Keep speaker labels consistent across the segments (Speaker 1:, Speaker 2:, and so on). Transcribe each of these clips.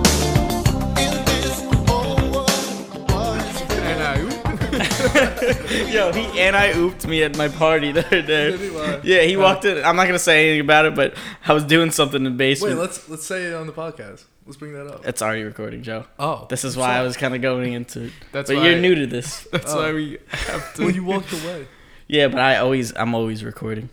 Speaker 1: Yo, he and I ooped me at my party the other day.
Speaker 2: Did he? Why?
Speaker 1: Yeah, he walked in. I'm not gonna say anything about it, but I was doing something in
Speaker 2: Wait,
Speaker 1: the basement.
Speaker 2: let's let's say it on the podcast. Let's bring that up.
Speaker 1: it's already recording, Joe.
Speaker 2: Oh,
Speaker 1: This is why I was kind of going into it.
Speaker 3: That's
Speaker 1: but
Speaker 3: why-
Speaker 1: you're new to this. Oh.
Speaker 3: That's why we have to.
Speaker 2: Oh. Well, you walked away.
Speaker 1: Yeah, but I always, I'm always recording.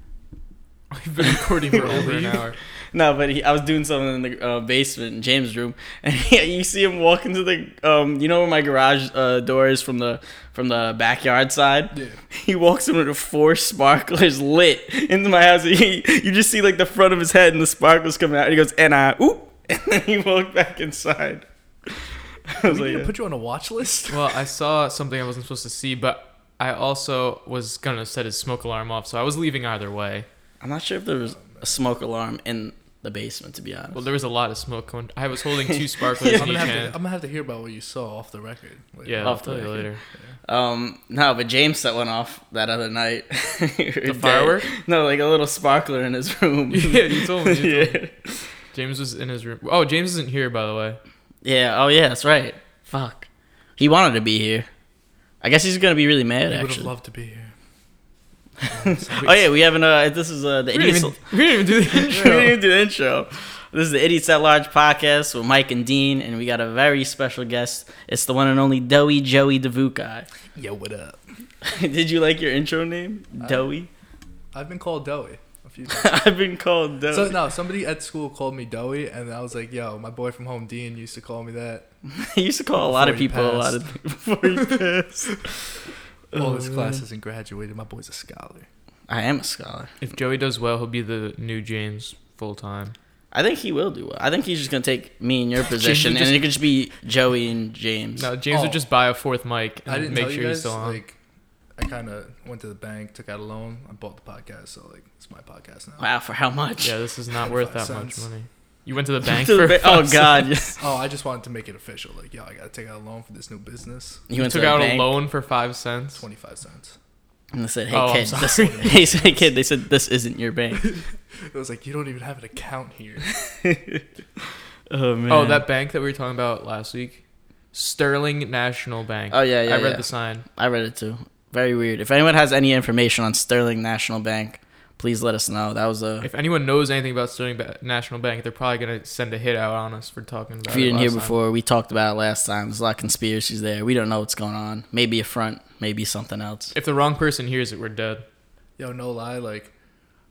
Speaker 3: We've been recording for over an hour.
Speaker 1: No, but he, I was doing something in the uh, basement in James' room, and he, you see him walk into the, um, you know where my garage uh, door is from the from the backyard side.
Speaker 2: Yeah.
Speaker 1: He walks in with the four sparklers lit into my house. and He, you just see like the front of his head and the sparklers coming out. And he goes, and I oop, and then he walked back inside. I was
Speaker 2: We need
Speaker 1: like,
Speaker 2: to put you on a watch list.
Speaker 3: Well, I saw something I wasn't supposed to see, but I also was gonna set his smoke alarm off, so I was leaving either way.
Speaker 1: I'm not sure if there was a smoke alarm in the basement, to be honest.
Speaker 3: Well, there was a lot of smoke going. I was holding two sparklers
Speaker 2: I'm
Speaker 3: in
Speaker 2: gonna,
Speaker 3: each
Speaker 2: have to, I'm
Speaker 3: hand.
Speaker 2: gonna have to hear about what you saw off the record. Like,
Speaker 3: Yeah, Oh, I'll
Speaker 1: Off the
Speaker 3: tell you
Speaker 1: record.
Speaker 3: later.
Speaker 1: Um, no, but James set one off that other night. the
Speaker 3: firework?
Speaker 1: No, like a little sparkler in his room.
Speaker 3: Yeah, you told me, you
Speaker 1: yeah.
Speaker 3: told James was in his room. Oh, James isn't here, by the way.
Speaker 1: yeah. Oh, yeah. That's right. Fuck. He wanted to be here. I guess he's gonna be really mad.
Speaker 2: I would have
Speaker 1: actually.
Speaker 2: loved to be here.
Speaker 1: oh yeah, we haven't. Uh, this is uh, the
Speaker 3: We didn't,
Speaker 1: idiots.
Speaker 3: even, we didn't even do the
Speaker 1: we
Speaker 3: intro.
Speaker 1: didn't even do the intro. This is the Idiots at Large podcast with Mike and Dean, and we got a very special guest. It's the one and only Doey Joey Devukai.
Speaker 2: Yo, what up?
Speaker 1: Did you like your intro name,
Speaker 3: Uh,
Speaker 1: Doey?
Speaker 2: I've been called Doey a few times.
Speaker 1: I've been called Doey.
Speaker 2: So no, somebody at school called me Doey, and I was like, "Yo, my boy from home, Dean, used to call me that."
Speaker 1: He used to call a lot of people
Speaker 2: Before
Speaker 1: a
Speaker 2: he
Speaker 1: lot of before he passed.
Speaker 2: All
Speaker 3: Oh,
Speaker 2: his class hasn't graduated. My boy's a scholar.
Speaker 1: I am a scholar.
Speaker 3: If Joey does well, he'll be the new James full time.
Speaker 1: I think he will do well. I think he's just gonna take me in your position,
Speaker 3: would
Speaker 1: and
Speaker 3: just-
Speaker 1: it could just be Joey and James.
Speaker 3: No, James would
Speaker 2: Oh.
Speaker 3: just buy a fourth mic and
Speaker 2: I didn't
Speaker 3: make
Speaker 2: tell
Speaker 3: sure
Speaker 2: you
Speaker 3: he's
Speaker 2: guys.
Speaker 3: still on.
Speaker 2: Like, I kind of went to the bank, took out a loan, I bought the podcast, so like it's my podcast now.
Speaker 1: Wow, for how much?
Speaker 3: yeah, this is not worth
Speaker 2: Five
Speaker 3: that much
Speaker 2: cents.
Speaker 3: money. You went to the bank
Speaker 1: To the
Speaker 3: for
Speaker 1: ba- oh
Speaker 3: five
Speaker 1: God,
Speaker 3: cents.
Speaker 1: yes.
Speaker 2: Oh, I just wanted to make it official. Like, yo, I gotta take out a loan for this new business.
Speaker 1: you went
Speaker 3: took
Speaker 1: to the
Speaker 3: out
Speaker 1: bank
Speaker 3: a loan for five cents.
Speaker 2: Twenty five cents.
Speaker 1: and they said, "Hey
Speaker 3: Oh, I'm
Speaker 1: kid, this, hey, say, "Hey kid," they said, "This isn't your bank."
Speaker 2: It was like you don't even have an account here.
Speaker 1: oh man.
Speaker 3: Oh, that bank that we were talking about last week, Sterling National Bank.
Speaker 1: Oh, yeah, yeah,
Speaker 3: I read
Speaker 1: yeah.
Speaker 3: the sign.
Speaker 1: I read it too. Very weird. If anyone has any information on Sterling National Bank, please let us know. That was a.
Speaker 3: If anyone knows anything about Sterling ba- National Bank, they're probably gonna send a hit out on us for talking about.
Speaker 1: If you
Speaker 3: it
Speaker 1: didn't hear
Speaker 3: last time.
Speaker 1: before, we talked about it last time. There's a lot of conspiracies there. We don't know what's going on. Maybe a front. Maybe something else.
Speaker 3: if the wrong person hears it, we're dead.
Speaker 2: Yo, no lie, like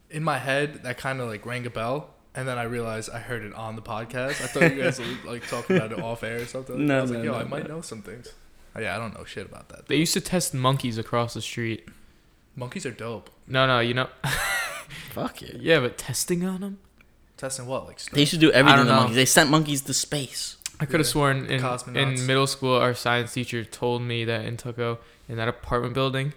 Speaker 2: in my head that kind of like rang a bell, and then I realized I heard it on the podcast. I thought you guys were like talking about it off air or something.
Speaker 1: No,
Speaker 2: I was like,
Speaker 1: no,
Speaker 2: yo,
Speaker 1: no,
Speaker 2: I might
Speaker 1: no.
Speaker 2: know some things. Oh, yeah, I don't know shit about that.
Speaker 3: They used to test monkeys across the street.
Speaker 2: Monkeys are dope.
Speaker 3: No, no, you know,
Speaker 1: Fuck it.
Speaker 3: yeah, but testing on them.
Speaker 2: Testing what, like
Speaker 1: They
Speaker 2: stuff?
Speaker 1: used to do everything
Speaker 3: don't
Speaker 1: to
Speaker 3: know.
Speaker 1: monkeys. They sent monkeys to space.
Speaker 3: I could have
Speaker 2: Yeah.
Speaker 3: sworn in,
Speaker 2: Cosmonauts.
Speaker 3: in middle school, our science teacher told me that in Tucko, in that apartment building,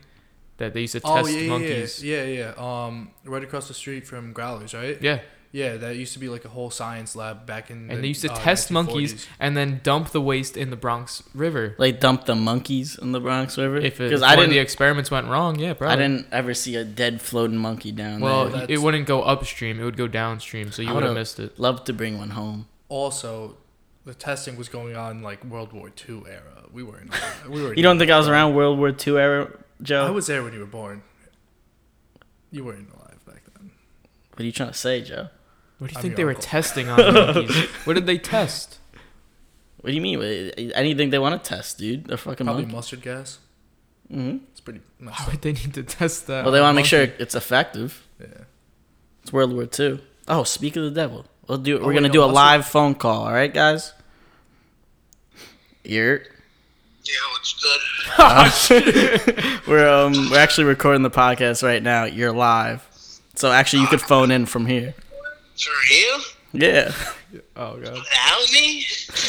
Speaker 3: that they used to
Speaker 2: Oh
Speaker 3: test
Speaker 2: yeah,
Speaker 3: monkeys.
Speaker 2: yeah, yeah, yeah. Um, right across the street from Growlers, right?
Speaker 3: Yeah,
Speaker 2: Yeah, that used to be like a whole science lab back in.
Speaker 3: and
Speaker 2: the,
Speaker 3: they used to
Speaker 2: uh,
Speaker 3: test monkeys
Speaker 2: 1940s.
Speaker 3: and then dump the waste in the Bronx River.
Speaker 1: Like dump the monkeys in the Bronx River.
Speaker 3: If it,
Speaker 1: Because
Speaker 3: one
Speaker 1: I
Speaker 3: of the
Speaker 1: didn't,
Speaker 3: experiments went wrong, yeah, probably.
Speaker 1: I didn't ever see a dead floating monkey down
Speaker 3: Well,
Speaker 1: there.
Speaker 2: that's-
Speaker 3: it wouldn't go upstream; it would go downstream. So
Speaker 1: I
Speaker 3: you would have
Speaker 1: would've-
Speaker 3: missed it.
Speaker 1: Love to bring one home.
Speaker 2: Also, the testing was going on like World War II era. We weren't. We were.
Speaker 1: You don't think I was around World War II era, Joe?
Speaker 2: I was there when you were born. You weren't alive back then.
Speaker 1: what are you trying to say, Joe?
Speaker 3: What do you
Speaker 2: I'm
Speaker 3: think
Speaker 2: your
Speaker 3: they were
Speaker 2: uncle.
Speaker 3: testing on monkeys? What did they test?
Speaker 1: What do you mean? What- Anything they want to test, dude? They're fucking
Speaker 2: Probably
Speaker 1: monkey.
Speaker 2: mustard gas.
Speaker 1: hmm
Speaker 2: It's pretty.
Speaker 3: Why
Speaker 2: Messed up.
Speaker 3: would they need to test that?
Speaker 1: Well, they
Speaker 3: on
Speaker 1: want to make sure
Speaker 3: monkey?
Speaker 1: it's effective.
Speaker 2: Yeah.
Speaker 1: It's World War II. Oh, speak of the devil. We'll do.
Speaker 2: Oh,
Speaker 1: we're
Speaker 2: wait,
Speaker 1: gonna
Speaker 2: no,
Speaker 1: do a
Speaker 2: what's
Speaker 1: live phone call. All right, guys. You're. uh,
Speaker 4: Yeah, what's good?
Speaker 2: Oh,
Speaker 1: we're um we're actually recording the podcast right now. You're live, so actually you could phone in from here.
Speaker 4: For real?
Speaker 1: Yeah,
Speaker 3: Oh god.
Speaker 4: Without me?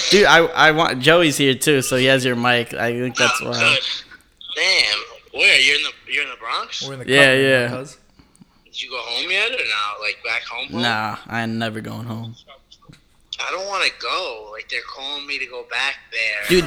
Speaker 1: dude. I I want Joey's here too, so he has your mic. I think that's
Speaker 4: oh,
Speaker 1: why.
Speaker 4: good. Damn. Where you're in the you're in the Bronx?
Speaker 2: We're in the
Speaker 1: Yeah,
Speaker 2: cut,
Speaker 1: yeah.
Speaker 2: cuz.
Speaker 4: Did you go home yet or no? Like back home? home?
Speaker 1: Nah, I'm never going home,
Speaker 4: I don't want to go. Like they're calling me to go back there.
Speaker 1: dude.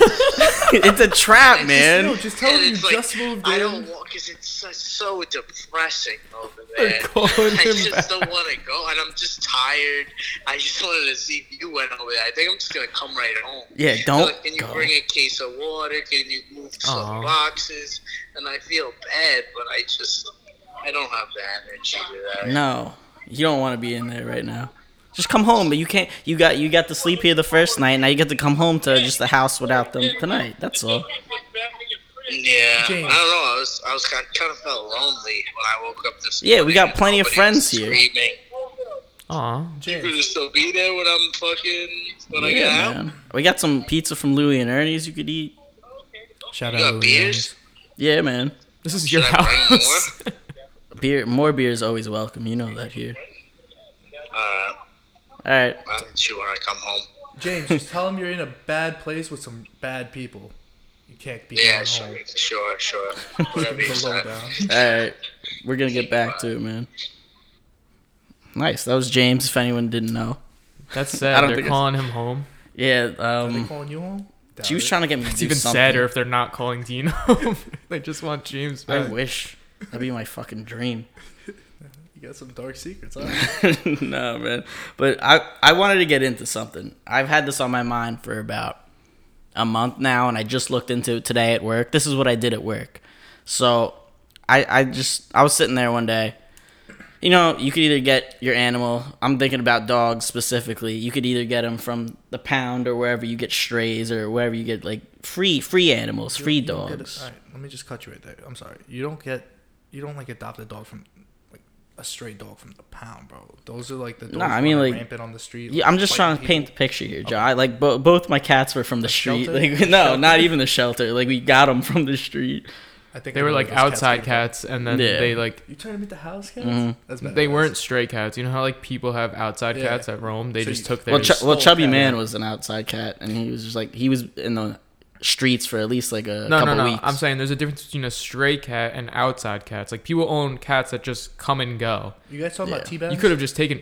Speaker 1: it's a trap,
Speaker 2: No,
Speaker 1: man.
Speaker 2: just tell
Speaker 4: And
Speaker 2: them you
Speaker 4: it's like,
Speaker 2: just moved in.
Speaker 4: I don't want because it's so, so depressing over man.
Speaker 3: calling
Speaker 4: I
Speaker 3: him
Speaker 4: just don't
Speaker 3: back.
Speaker 4: want to go, and I'm just tired. I just wanted to see if you went over there. I think I'm just gonna come right home.
Speaker 1: Yeah,
Speaker 4: They're
Speaker 1: don't
Speaker 4: like, Can you
Speaker 1: go."
Speaker 4: bring a case of water? Can you move
Speaker 3: Aw.
Speaker 4: some boxes? And I feel bad, but I just I don't have the energy to that.
Speaker 1: No, you don't want to be in there right now. Just come home, but you can't. You got you got to sleep here the first night. Now you get to come home to just the house without them tonight. That's all.
Speaker 4: Yeah,
Speaker 2: James.
Speaker 4: I don't know. I was I was kind of, kind of felt lonely when I woke up this.
Speaker 1: Yeah, we
Speaker 4: morning
Speaker 1: got
Speaker 4: and
Speaker 1: plenty of
Speaker 4: nobody
Speaker 1: friends
Speaker 4: was
Speaker 1: here.
Speaker 4: Screaming.
Speaker 3: Aw.
Speaker 4: You're
Speaker 2: James,
Speaker 4: gonna still be there when I'm fucking when I get
Speaker 1: Yeah,
Speaker 4: out.
Speaker 1: man. We got some pizza from Louie and Ernie's you could eat.
Speaker 2: shout
Speaker 4: You got
Speaker 2: out. Louis
Speaker 4: beers?
Speaker 2: Jones.
Speaker 1: Yeah, man.
Speaker 3: This is your
Speaker 4: Should I bring
Speaker 3: house.
Speaker 1: Beer, more beer is always welcome. You know that here.
Speaker 4: Uh,
Speaker 1: All right.
Speaker 4: I'll let you when I come home.
Speaker 2: James, just tell him you're in a bad place with some bad people. You can't be
Speaker 4: Yeah,
Speaker 2: going
Speaker 4: sure,
Speaker 2: home.
Speaker 4: sure, sure. Whatever you
Speaker 2: Give the
Speaker 4: said.
Speaker 2: lowdown.
Speaker 1: All right. We're going to get back to it, man. Nice. That was James, if anyone didn't know.
Speaker 3: That's
Speaker 1: I
Speaker 3: sad.
Speaker 1: don't
Speaker 3: They're
Speaker 1: think it's-
Speaker 3: calling him home.
Speaker 1: Yeah,
Speaker 2: They
Speaker 1: um,
Speaker 2: calling you home? Doubt
Speaker 1: she was
Speaker 2: it.
Speaker 1: trying to get me to
Speaker 3: It's
Speaker 1: do
Speaker 3: even
Speaker 1: something.
Speaker 3: sadder if they're not calling Dean home. they just want James
Speaker 1: I
Speaker 3: back.
Speaker 1: wish. That'd be my fucking dream.
Speaker 2: You got some dark secrets. Huh?
Speaker 1: no, man. But I, I wanted to get into something. I've had this on my mind for about a month now, and I just looked into it today at work. This is what I did at work. So I, I just, I was sitting there one day. You know, you could either get your animal. I'm thinking about dogs specifically. You could either get them from the pound or wherever you get strays or wherever you get like free, free animals, free
Speaker 2: You don't get
Speaker 1: dogs.
Speaker 2: all right, let me just cut you right there. I'm sorry. You don't get, you don't like adopt a dog from, like a stray dog from the pound, bro. Those are like the dogs
Speaker 1: No, I mean,
Speaker 2: that are
Speaker 1: like-
Speaker 2: rampant on the street.
Speaker 1: Yeah, I'm just trying to
Speaker 2: biting
Speaker 1: paint the picture here, John. I, like bo- both my cats were from the street.
Speaker 2: shelter?
Speaker 1: Like no,
Speaker 2: The
Speaker 1: not even the shelter. Like we got them from the street.
Speaker 2: people. I think
Speaker 3: They
Speaker 2: I
Speaker 3: were
Speaker 2: know
Speaker 3: like
Speaker 2: where those
Speaker 3: outside
Speaker 2: came from.
Speaker 3: cats, and then
Speaker 1: Yeah.
Speaker 3: they like
Speaker 2: You turned them into house cats?
Speaker 1: Mm-hmm.
Speaker 2: That's
Speaker 3: they
Speaker 2: badass.
Speaker 3: weren't stray cats. You know how like people have outside
Speaker 2: Yeah.
Speaker 3: cats that roam. They
Speaker 2: So
Speaker 3: just
Speaker 2: you-
Speaker 3: took
Speaker 1: Well,
Speaker 3: theirs.
Speaker 1: Ch- well,
Speaker 2: small
Speaker 1: Chubby
Speaker 2: cat.
Speaker 1: Man was an outside cat, and he was just like he was in the streets for at least like a
Speaker 3: no, no,
Speaker 1: couple
Speaker 3: no.
Speaker 1: weeks.
Speaker 3: I'm saying there's a difference between a stray cat and outside cats. Like people own cats that just come and go.
Speaker 2: You guys talking about
Speaker 1: Yeah.
Speaker 2: T Bag?
Speaker 3: You could have just taken.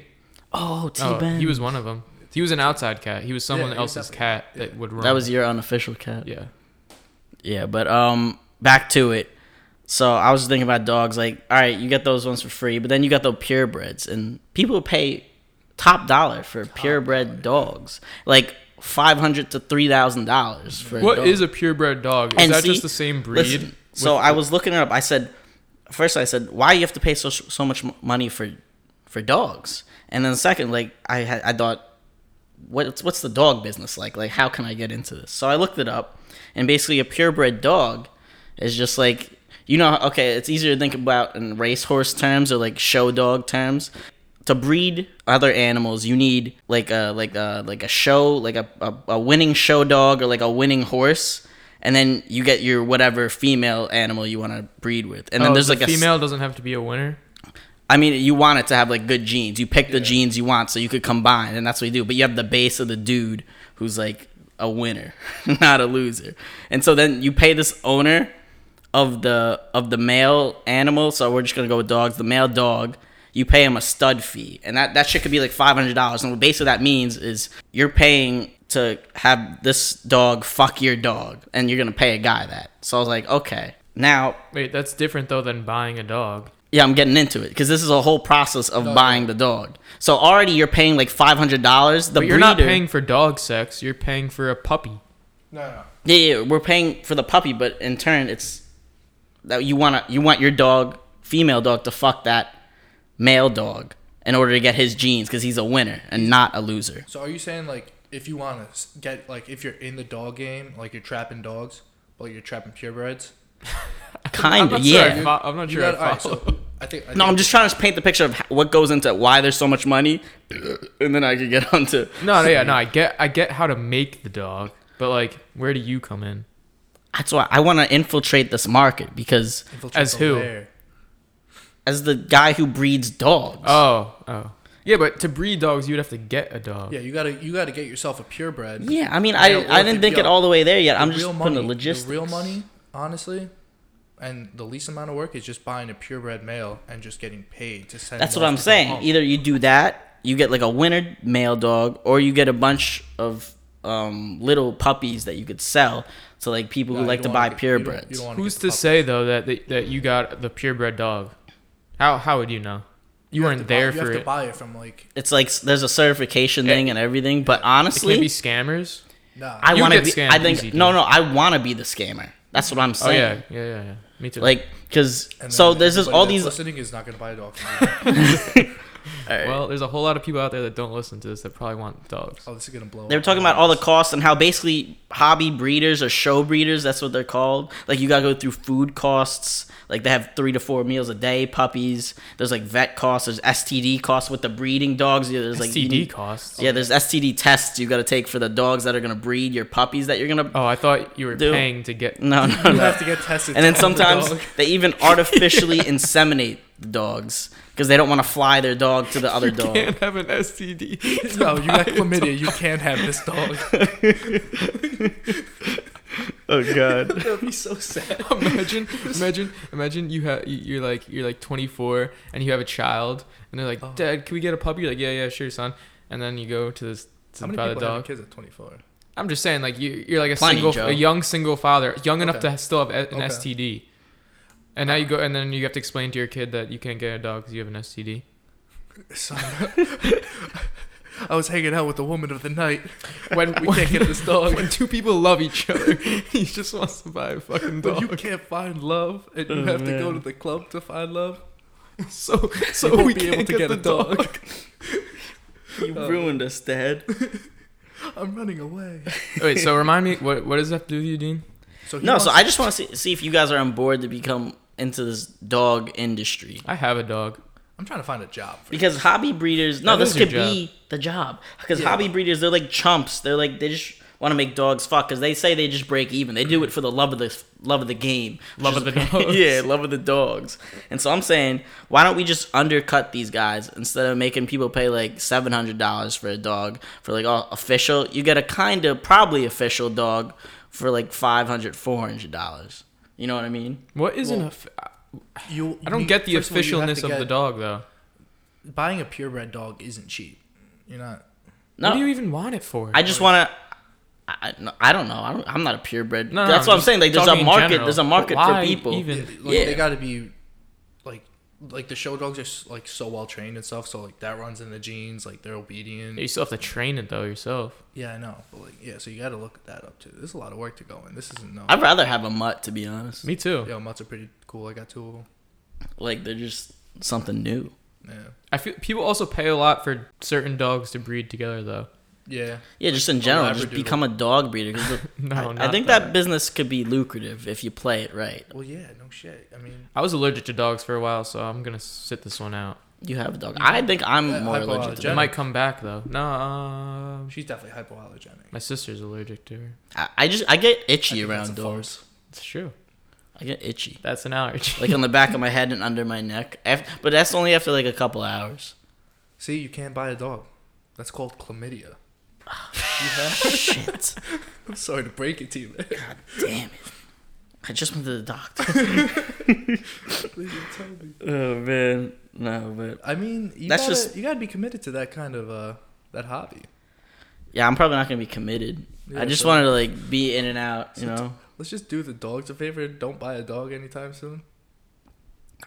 Speaker 1: oh, T
Speaker 3: Oh,
Speaker 1: Ben.
Speaker 3: he was one of them. He was an outside cat. He was someone
Speaker 2: Yeah, he was
Speaker 3: else's
Speaker 2: definitely-
Speaker 3: cat that would roam.
Speaker 1: that was your unofficial cat.
Speaker 3: yeah.
Speaker 1: Yeah, but um, back to it. So I was thinking about dogs. Like, all right, you get those ones for free, but then you got the purebreds, and people pay top dollar for purebred dogs, like five hundred to three thousand dollars for.
Speaker 3: What
Speaker 1: a dog.
Speaker 3: is a purebred dog? Is
Speaker 1: And
Speaker 3: that
Speaker 1: see-
Speaker 3: just the same breed?
Speaker 1: Listen, so
Speaker 3: with-
Speaker 1: I was looking it up. I said, first I said, why you have to pay so so much m- money for for dogs? And then second, like I had, I thought, what's what's the dog business like? Like how can I get into this? So I looked it up, and basically a purebred dog is just like you know okay, it's easier to think about in racehorse terms or like show dog terms. To breed other animals, you need like a like a like a show like a, a, a winning show dog or like a winning horse, and then you get your whatever female animal you want to breed with. And then
Speaker 3: Oh,
Speaker 1: there's
Speaker 3: the
Speaker 1: like a s-
Speaker 3: female doesn't have to be a winner.
Speaker 1: I mean, you want it to have like good genes. You pick the genes you want, so you could combine, and that's what you do. But you have the base of the dude who's like a winner, not a loser. And so then you pay this owner of the of the male animal. So we're just gonna go with dogs. The male dog, you pay him a stud fee, and that that shit could be like five hundred dollars. And what basically that means is you're paying to have this dog fuck your dog, and you're gonna pay a guy that. So I was like, okay, now
Speaker 3: Wait, that's different though than buying a dog.
Speaker 1: yeah, I'm getting into it because this is a whole process of buying the dog. So already you're paying like five hundred dollars. The
Speaker 3: But you're
Speaker 1: breeder,
Speaker 3: not paying for dog sex. You're paying for a puppy.
Speaker 2: No, no.
Speaker 1: Yeah, yeah, we're paying for the puppy, but in turn, it's that you wanna you want your dog, female dog, to fuck that male dog in order to get his genes because he's a winner and not a loser.
Speaker 2: So are you saying like if you want to get like if you're in the dog game, like you're trapping dogs, but you're trapping purebreds?
Speaker 1: Kind of,
Speaker 3: I'm not sure I
Speaker 1: yeah.
Speaker 3: fo- I'm not
Speaker 2: You
Speaker 3: sure.
Speaker 2: got,
Speaker 3: I
Speaker 2: all right,
Speaker 3: follow.
Speaker 2: so I think I
Speaker 1: No,
Speaker 2: think-
Speaker 1: I'm just trying to paint the picture of h- what goes into why there's so much money, and then I could get onto.
Speaker 3: No, no, yeah, no. I get, I get how to make the dog, but like, where do you come in?
Speaker 1: That's why I want to infiltrate this market because
Speaker 2: Infiltrate
Speaker 3: as
Speaker 2: the
Speaker 3: who?
Speaker 2: lair.
Speaker 1: as the guy who breeds dogs.
Speaker 3: Oh, oh, yeah. But to breed dogs, you'd have to get a dog.
Speaker 2: Yeah, you gotta you gotta get yourself a purebred.
Speaker 1: Yeah, I mean, I,
Speaker 2: Yeah,
Speaker 1: I
Speaker 2: well,
Speaker 1: didn't
Speaker 2: if-
Speaker 1: think it
Speaker 2: yo,
Speaker 1: all the way there yet. I'm just
Speaker 2: real money,
Speaker 1: putting the logistics.
Speaker 2: The real money, honestly, and the least amount of work is just buying a purebred male and just getting paid to send.
Speaker 1: That's
Speaker 2: him
Speaker 1: what
Speaker 2: off
Speaker 1: I'm
Speaker 2: to go
Speaker 1: saying.
Speaker 2: home.
Speaker 1: Either you do that, you get like a winner male dog, or you get a bunch of um, little puppies that you could sell to like people
Speaker 2: No,
Speaker 1: who
Speaker 2: you
Speaker 1: like to
Speaker 2: don't
Speaker 1: buy
Speaker 2: wanna get- you don't- you
Speaker 1: purebreds.
Speaker 2: don't wanna
Speaker 3: Who's
Speaker 2: get
Speaker 3: to
Speaker 2: the pup-
Speaker 3: say though that, that that you got the purebred dog? How how would you know? You,
Speaker 2: have to
Speaker 3: weren't
Speaker 2: buy-
Speaker 3: there
Speaker 2: you
Speaker 3: for
Speaker 2: have to
Speaker 3: it.
Speaker 2: buy it from like
Speaker 1: It's like s- there's a certification thing and everything, but
Speaker 3: It can't be
Speaker 1: honestly,
Speaker 3: scammers.
Speaker 2: nah.
Speaker 1: I
Speaker 3: You
Speaker 1: want to
Speaker 3: get
Speaker 1: be.
Speaker 3: scammed
Speaker 1: I think
Speaker 3: easy,
Speaker 1: no,
Speaker 3: dude.
Speaker 1: no, I want to be the scammer. That's what I'm
Speaker 3: Oh
Speaker 1: saying.
Speaker 3: yeah, yeah, yeah, yeah. Me too.
Speaker 1: Like, cause
Speaker 2: And
Speaker 1: so
Speaker 2: then
Speaker 1: there's just
Speaker 2: everybody
Speaker 1: all
Speaker 2: that's
Speaker 1: these.
Speaker 2: listening is not gonna buy a dog. From you.
Speaker 3: well, there's a whole lot of people out there that don't listen to this that probably want dogs.
Speaker 2: oh, this is gonna blow.
Speaker 1: They were
Speaker 2: up.
Speaker 1: talking about all the costs and how basically hobby breeders or show breeders, that's what they're called. Like you gotta go through food costs. Like they have three to four meals a day, puppies. There's like vet costs, there's STD costs with the breeding dogs. Yeah, there's like you
Speaker 3: STD
Speaker 1: need-
Speaker 3: costs.
Speaker 1: Yeah, there's STD tests you gotta take for the dogs that are gonna breed your puppies that you're gonna.
Speaker 3: Oh, I thought you were
Speaker 1: Dude.
Speaker 3: paying to get.
Speaker 1: No, no,
Speaker 2: You
Speaker 1: no.
Speaker 2: have to get tested.
Speaker 1: And then
Speaker 2: to own the
Speaker 1: sometimes
Speaker 2: dog.
Speaker 1: they even artificially inseminate the dogs because they don't want to fly their dog to the other dog.
Speaker 3: Can't have an STD.
Speaker 2: no, you got chlamydia. You can't have this dog.
Speaker 1: Oh god.
Speaker 2: That'd be so sad.
Speaker 3: imagine, imagine, imagine you have you- you're like you're like 24 and you have a child and they're like,
Speaker 2: Oh.
Speaker 3: Dad, can we get a puppy? You're like, yeah, yeah, sure, son. And then you go to this
Speaker 2: How
Speaker 3: to
Speaker 2: many
Speaker 3: buy the
Speaker 2: people have
Speaker 3: dog.
Speaker 2: kids at 24?
Speaker 3: I'm just saying, like you you're like a
Speaker 1: Plenty,
Speaker 3: single,
Speaker 1: Joe.
Speaker 3: a young single father, young enough
Speaker 2: Okay.
Speaker 3: to still have a- an
Speaker 2: Okay.
Speaker 3: STD. And now you go, and then you have to explain to your kid that you can't get a dog because you have an STD.
Speaker 2: Son, I was hanging out with the woman of the night.
Speaker 3: When
Speaker 2: We can't get this dog.
Speaker 3: when two people love each other, he just wants to buy a fucking
Speaker 2: But you
Speaker 3: dog.
Speaker 2: can't find love, and you
Speaker 1: Oh,
Speaker 2: have to go to
Speaker 1: man.
Speaker 2: the club to find love.
Speaker 3: so so
Speaker 2: won't
Speaker 3: we
Speaker 2: be
Speaker 3: can't
Speaker 2: able to get
Speaker 3: get, the
Speaker 2: a dog.
Speaker 3: dog.
Speaker 1: You ruined us, Dad.
Speaker 2: I'm running away.
Speaker 3: Wait, so remind me, what what does that have to do with you, Dean?
Speaker 2: So he
Speaker 1: No, so
Speaker 2: wants-
Speaker 1: I just want to see, see if you guys are on board to become into this dog industry
Speaker 3: I have a dog.
Speaker 2: I'm trying to find a job. For
Speaker 1: because hobby breeders. No,
Speaker 3: That
Speaker 1: this
Speaker 3: is your
Speaker 1: could be the job because
Speaker 2: Yeah.
Speaker 1: hobby breeders they're like chumps. They're like they just want to make dogs fuck because they say they just break even. They do it for the love of the love of the game, which
Speaker 3: Love
Speaker 1: is
Speaker 3: of the
Speaker 1: apparently-
Speaker 3: dogs.
Speaker 1: yeah, love of the dogs. And so I'm saying, why don't we just undercut these guys instead of making people pay like seven hundred dollars for a dog for like all official? You get a kind of probably official dog for like 500 dollars. You know what I mean?
Speaker 3: What is an?
Speaker 2: Well,
Speaker 3: Off-
Speaker 2: you, you
Speaker 3: I don't
Speaker 2: need-
Speaker 3: get the
Speaker 2: first all, you have
Speaker 3: officialness
Speaker 2: to
Speaker 3: of the
Speaker 2: get-
Speaker 3: dog though.
Speaker 2: Buying a purebred dog isn't cheap. You're not.
Speaker 1: No,
Speaker 3: What do you even want it for?
Speaker 1: I just want to. I, no, I don't know. I don't, I'm not a purebred.
Speaker 3: No, no,
Speaker 1: That's
Speaker 3: no,
Speaker 1: what I'm
Speaker 3: just
Speaker 1: saying. Like, there's a
Speaker 3: talking in
Speaker 1: market.
Speaker 3: general.
Speaker 1: There's a market for
Speaker 3: Why
Speaker 1: people.
Speaker 3: even?
Speaker 2: Like, They
Speaker 1: Yeah.
Speaker 2: got to be, like, like the show dogs are s- like so well trained and stuff. So like that runs in the genes. Like they're obedient.
Speaker 3: You still have to train it though yourself.
Speaker 2: Yeah, I know. But like, yeah. So you got to look that up too. There's a lot of work to go in. This isn't no.
Speaker 1: I'd rather have a mutt, to be honest.
Speaker 3: Me too.
Speaker 2: Yo, mutts are pretty cool. I got two of them.
Speaker 1: Like, they're just something new.
Speaker 2: Yeah.
Speaker 3: I feel people also pay a lot for certain dogs to breed together though.
Speaker 2: Yeah.
Speaker 1: Yeah, just in general,
Speaker 2: Labradoodle.
Speaker 1: just become a dog breeder. 'cause the-
Speaker 3: No,
Speaker 1: I, I
Speaker 3: not
Speaker 1: think that. business could be lucrative if you play it right.
Speaker 2: Well, yeah. No shit. I mean,
Speaker 3: I was allergic to dogs for a while, so I'm gonna sit this one out.
Speaker 1: You have a dog. I think I'm
Speaker 2: Uh,
Speaker 1: more allergic. To,
Speaker 2: hypoallergenic.
Speaker 3: It might come back though. No, uh,
Speaker 2: she's definitely hypoallergenic.
Speaker 3: my sister's allergic to her.
Speaker 1: I, I just I get
Speaker 2: I
Speaker 1: itchy
Speaker 2: think that's
Speaker 1: around
Speaker 2: a
Speaker 1: dogs.
Speaker 3: It's true.
Speaker 1: I get itchy,
Speaker 3: That's an allergy.
Speaker 1: like on the back of my head and under my neck. After, but that's only after like a couple hours.
Speaker 2: See, you can't buy a dog. That's called chlamydia.
Speaker 1: Shit.
Speaker 2: I'm sorry to break it to you. man.
Speaker 1: God damn it. I just went to the doctor.
Speaker 2: Please don't tell me.
Speaker 1: Oh man, no, but
Speaker 2: I mean, you
Speaker 1: That's
Speaker 2: gotta,
Speaker 1: just-
Speaker 2: you gotta be committed to that kind of uh that hobby.
Speaker 1: yeah, I'm probably not gonna be committed.
Speaker 2: Yeah,
Speaker 1: I just
Speaker 2: so-
Speaker 1: wanted to like be in and out, you know.
Speaker 2: Let's just do the dogs a favor. and Don't buy a dog anytime soon.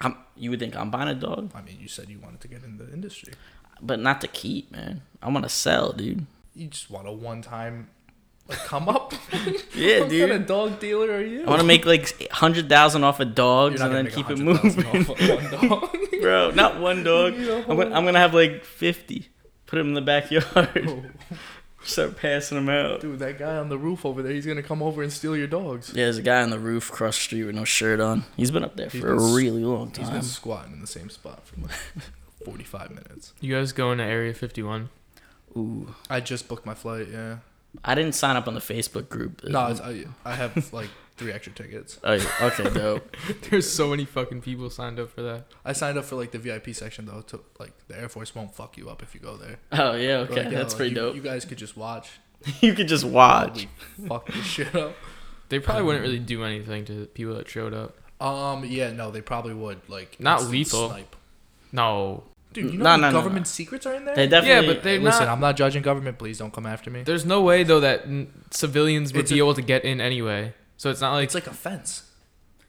Speaker 1: I'm, you would think I'm buying a dog,
Speaker 2: I mean, you said you wanted to get in the industry.
Speaker 1: but not to keep, man. I want to sell, dude.
Speaker 2: You just want a one-time like, come up.
Speaker 1: Yeah,
Speaker 2: what kind of dog dealer are you?
Speaker 1: I want to make like hundred thousand off of dogs and
Speaker 2: gonna
Speaker 1: then
Speaker 2: make
Speaker 1: keep it
Speaker 2: $100,000
Speaker 1: moving,
Speaker 2: off of one dog.
Speaker 1: bro. Not one dog.
Speaker 2: You know,
Speaker 1: I'm gonna, I'm gonna have like fifty. Put them in the backyard.
Speaker 2: Oh,
Speaker 1: Start passing them out.
Speaker 2: Dude, that guy on the roof over there, he's gonna come over and steal your dogs.
Speaker 1: Yeah, there's a guy on the roof across the street with no shirt on. He's been up there
Speaker 2: He's
Speaker 1: for a
Speaker 2: been s-
Speaker 1: really long
Speaker 2: He's
Speaker 1: time.
Speaker 2: been squatting in the same spot for like 45 minutes.
Speaker 3: you guys going to Area 51?
Speaker 1: Ooh,
Speaker 2: I just booked my flight, yeah.
Speaker 1: I didn't sign up on the Facebook group. uh,
Speaker 2: No, it's, I, I have like three extra tickets.
Speaker 1: Oh, yeah. okay, dope.
Speaker 3: There's so many fucking people signed up for that.
Speaker 2: I signed up for like the VIP section though. To like the Air Force won't fuck you up if you go there.
Speaker 1: Oh yeah,
Speaker 2: They're
Speaker 1: okay,
Speaker 2: like, yo,
Speaker 1: that's pretty
Speaker 2: you,
Speaker 1: dope.
Speaker 2: You
Speaker 1: You,
Speaker 2: guys could just watch.
Speaker 1: could just watch.
Speaker 2: We fuck this shit up.
Speaker 3: They probably wouldn't really do anything to the people that showed up.
Speaker 2: Um, yeah, no, they probably would like
Speaker 3: Not
Speaker 2: instant
Speaker 3: lethal.
Speaker 2: Snipe.
Speaker 3: No,
Speaker 2: Dude, you know
Speaker 1: No,
Speaker 2: how
Speaker 1: no,
Speaker 2: many
Speaker 1: no, no.
Speaker 2: government secrets are in there.
Speaker 1: They definitely.
Speaker 3: yeah, but they're
Speaker 2: Listen,
Speaker 3: not.
Speaker 2: I'm not judging government. Please don't come after me.
Speaker 3: There's no way though that n- civilians would
Speaker 2: It's
Speaker 3: be
Speaker 2: a-
Speaker 3: able to get in anyway. So it's not like
Speaker 2: It's like a fence.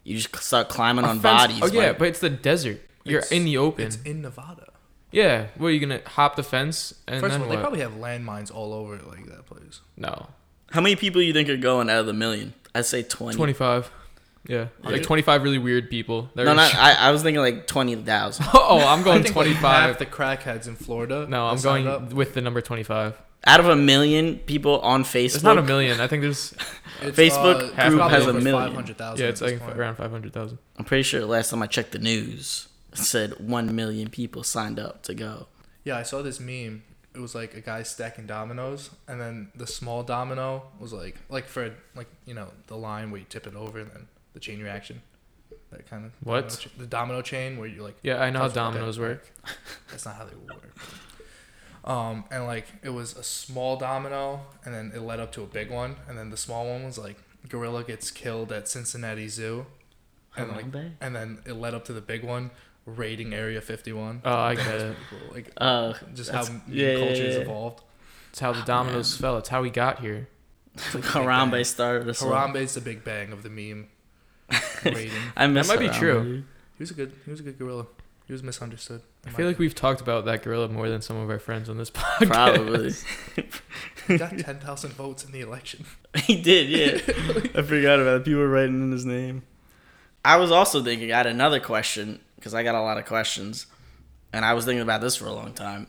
Speaker 1: you just start climbing on
Speaker 3: Offense-
Speaker 1: bodies.
Speaker 3: Oh yeah,
Speaker 1: like-
Speaker 3: but it's the desert. you're
Speaker 2: It's-
Speaker 3: in the open.
Speaker 2: It's in Nevada.
Speaker 3: yeah. What are you gonna hop the fence and
Speaker 2: First
Speaker 3: then
Speaker 2: of all, they
Speaker 3: what?
Speaker 2: probably have landmines all over like that place.
Speaker 3: no.
Speaker 1: How many people you think are going out of the million? I'd say 20.
Speaker 3: 25. Yeah. Like
Speaker 2: Yeah.
Speaker 3: 25 really weird people. They're
Speaker 1: No, not, I, I was thinking like 20,000.
Speaker 3: oh, I'm
Speaker 2: I
Speaker 3: going
Speaker 2: think, like, half
Speaker 3: 25.
Speaker 2: the crackheads in Florida.
Speaker 3: no,
Speaker 2: that
Speaker 3: I'm
Speaker 2: signed
Speaker 3: going
Speaker 2: up.
Speaker 3: with the number 25.
Speaker 1: Out of a million people on Facebook.
Speaker 3: It's not a million. I think there's
Speaker 2: It's,
Speaker 1: Facebook
Speaker 2: it's
Speaker 3: group
Speaker 2: probably
Speaker 1: has a
Speaker 2: over
Speaker 1: million.
Speaker 2: 500,000
Speaker 3: yeah,
Speaker 2: at
Speaker 3: it's
Speaker 2: this
Speaker 3: like
Speaker 2: point.
Speaker 3: around 500,000.
Speaker 1: I'm pretty sure last time I checked the news, it said 1 million people signed up to go.
Speaker 2: Yeah, I saw this meme. It was like a guy stacking dominoes, and then the small domino was like, like for like you know the line where you tip it over, and then the chain reaction, that kind of
Speaker 3: What?
Speaker 2: domino cha- the domino chain where you like
Speaker 3: Yeah, I know how
Speaker 2: Touch- okay.
Speaker 3: dominoes work.
Speaker 2: that's not how they work. Um, and like it was a small domino, and then it led up to a big one, and then the small one was like gorilla gets killed at Cincinnati Zoo, and like
Speaker 1: Harambe?
Speaker 2: and then it led up to the big one raiding Area 51.
Speaker 3: Oh, I
Speaker 2: That
Speaker 3: get
Speaker 2: was
Speaker 3: it.
Speaker 2: pretty Cool. Like
Speaker 1: Oh,
Speaker 2: just how
Speaker 1: that's-
Speaker 2: culture
Speaker 1: yeah, yeah,
Speaker 2: culture's
Speaker 1: yeah.
Speaker 2: evolved.
Speaker 3: It's
Speaker 2: Ah,
Speaker 3: how the dominoes fell. It's how we got here.
Speaker 1: Harambe started us. all.
Speaker 2: Harambe's the Big Bang of the meme. raiding.
Speaker 1: I miss
Speaker 3: might be
Speaker 1: Harambe,
Speaker 3: true.
Speaker 1: dude.
Speaker 2: He was a good. He was a good gorilla. He was misunderstood.
Speaker 3: I feel like we've talked about that gorilla more than some of our friends on this podcast.
Speaker 1: Probably.
Speaker 2: we got ten thousand votes in the election.
Speaker 1: he did, yeah. I forgot about it. People were writing in his name. I was also thinking, I had another question because I got a lot of questions, and I was thinking about this for a long time.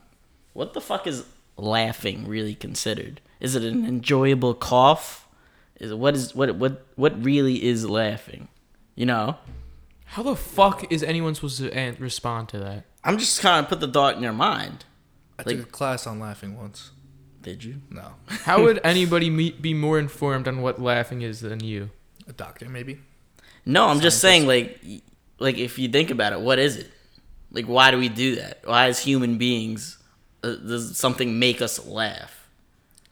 Speaker 1: What the fuck is laughing really considered? Is it an enjoyable cough? Is it, what is what what what really is laughing? You know,
Speaker 3: How the fuck is anyone supposed to an- respond to that?
Speaker 1: I'm just kind of put the thought in your mind.
Speaker 2: I
Speaker 1: Like-
Speaker 2: took a class on laughing once.
Speaker 1: Did you?
Speaker 2: No,
Speaker 3: How would anybody me- be more informed on what laughing is than you?
Speaker 2: a doctor maybe.
Speaker 1: No, I'm just saying, like, y- like if you think about it, what is it? Like, why do we do that? Why, as human beings, uh, does something make us laugh?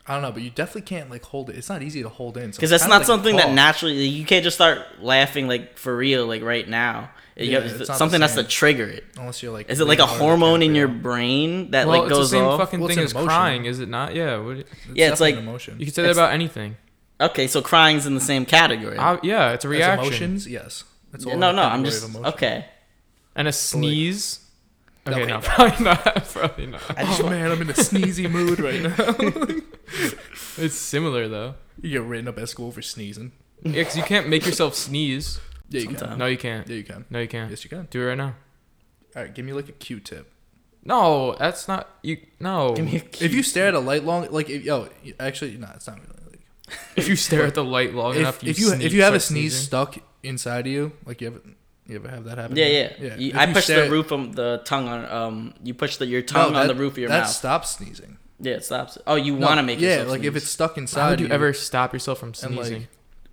Speaker 2: I don't know, but you definitely can't like hold it. It's not easy to hold in.
Speaker 1: Because that's not something that naturally you can't just start laughing like for real, like right now. You
Speaker 2: Yeah,
Speaker 1: have-
Speaker 2: it's not the
Speaker 1: something has to
Speaker 2: same.
Speaker 1: trigger it.
Speaker 2: Unless you're like.
Speaker 1: Is it like a
Speaker 2: Leonardo
Speaker 1: hormone in your
Speaker 2: DiCaprio.
Speaker 1: brain that
Speaker 3: well,
Speaker 1: like
Speaker 3: it's
Speaker 1: goes
Speaker 3: the same
Speaker 1: off?
Speaker 3: fucking
Speaker 2: Well, it's
Speaker 3: thing
Speaker 2: an
Speaker 3: as
Speaker 2: emotion.
Speaker 3: crying, is it not? Yeah. What,
Speaker 1: Yeah, it's
Speaker 2: definitely an
Speaker 1: like-
Speaker 2: emotion.
Speaker 3: you could say that
Speaker 1: It's-
Speaker 3: about anything.
Speaker 1: okay, so crying's in the same category.
Speaker 3: Uh, yeah, it's a
Speaker 2: As
Speaker 3: reaction.
Speaker 2: emotions, yes. It's
Speaker 1: Yeah,
Speaker 2: all in
Speaker 1: no,
Speaker 2: the
Speaker 1: no, I'm
Speaker 2: category of
Speaker 1: just
Speaker 2: emotion.
Speaker 1: okay.
Speaker 3: And a sneeze. Okay,
Speaker 2: Okay.
Speaker 3: no, probably not. Probably not.
Speaker 1: I just
Speaker 2: Oh
Speaker 1: want-
Speaker 2: man, I'm in a sneezy mood right now.
Speaker 3: It's similar though.
Speaker 2: You get written up at school for sneezing.
Speaker 3: Yeah, 'cause you can't make yourself sneeze.
Speaker 2: Yeah, you can.
Speaker 1: Sometimes.
Speaker 3: No, you can't.
Speaker 2: Yeah, you can.
Speaker 3: No, you can't.
Speaker 2: Yes, you can.
Speaker 3: Do it right now.
Speaker 2: All right, give me like a Q-tip.
Speaker 3: No, that's not you. No.
Speaker 1: Give me a
Speaker 2: If you stare at a light long, like if, yo, you- actually, no, it's not really. Like,
Speaker 3: If you stare at the light long
Speaker 2: if
Speaker 3: enough,
Speaker 2: you if you, if you have a sneeze
Speaker 3: sneeze,
Speaker 2: stuck inside of you, like you ever you ever have that happen?
Speaker 1: yeah, yeah. You-
Speaker 2: If
Speaker 1: I
Speaker 2: you
Speaker 1: push
Speaker 2: stare
Speaker 1: the
Speaker 2: at-
Speaker 1: roof on the tongue on. Um, you push the your
Speaker 2: No,
Speaker 1: tongue on
Speaker 2: that-
Speaker 1: the roof of your
Speaker 2: that
Speaker 1: mouth.
Speaker 2: stops sneezing.
Speaker 1: Yeah, it stops. it. Oh, you want to
Speaker 2: No,
Speaker 1: make
Speaker 2: yeah,
Speaker 1: yourself
Speaker 2: like if
Speaker 1: sneeze
Speaker 2: it's stuck inside.
Speaker 3: how would you
Speaker 2: of
Speaker 3: ever stop yourself from
Speaker 2: and, like,
Speaker 3: sneezing?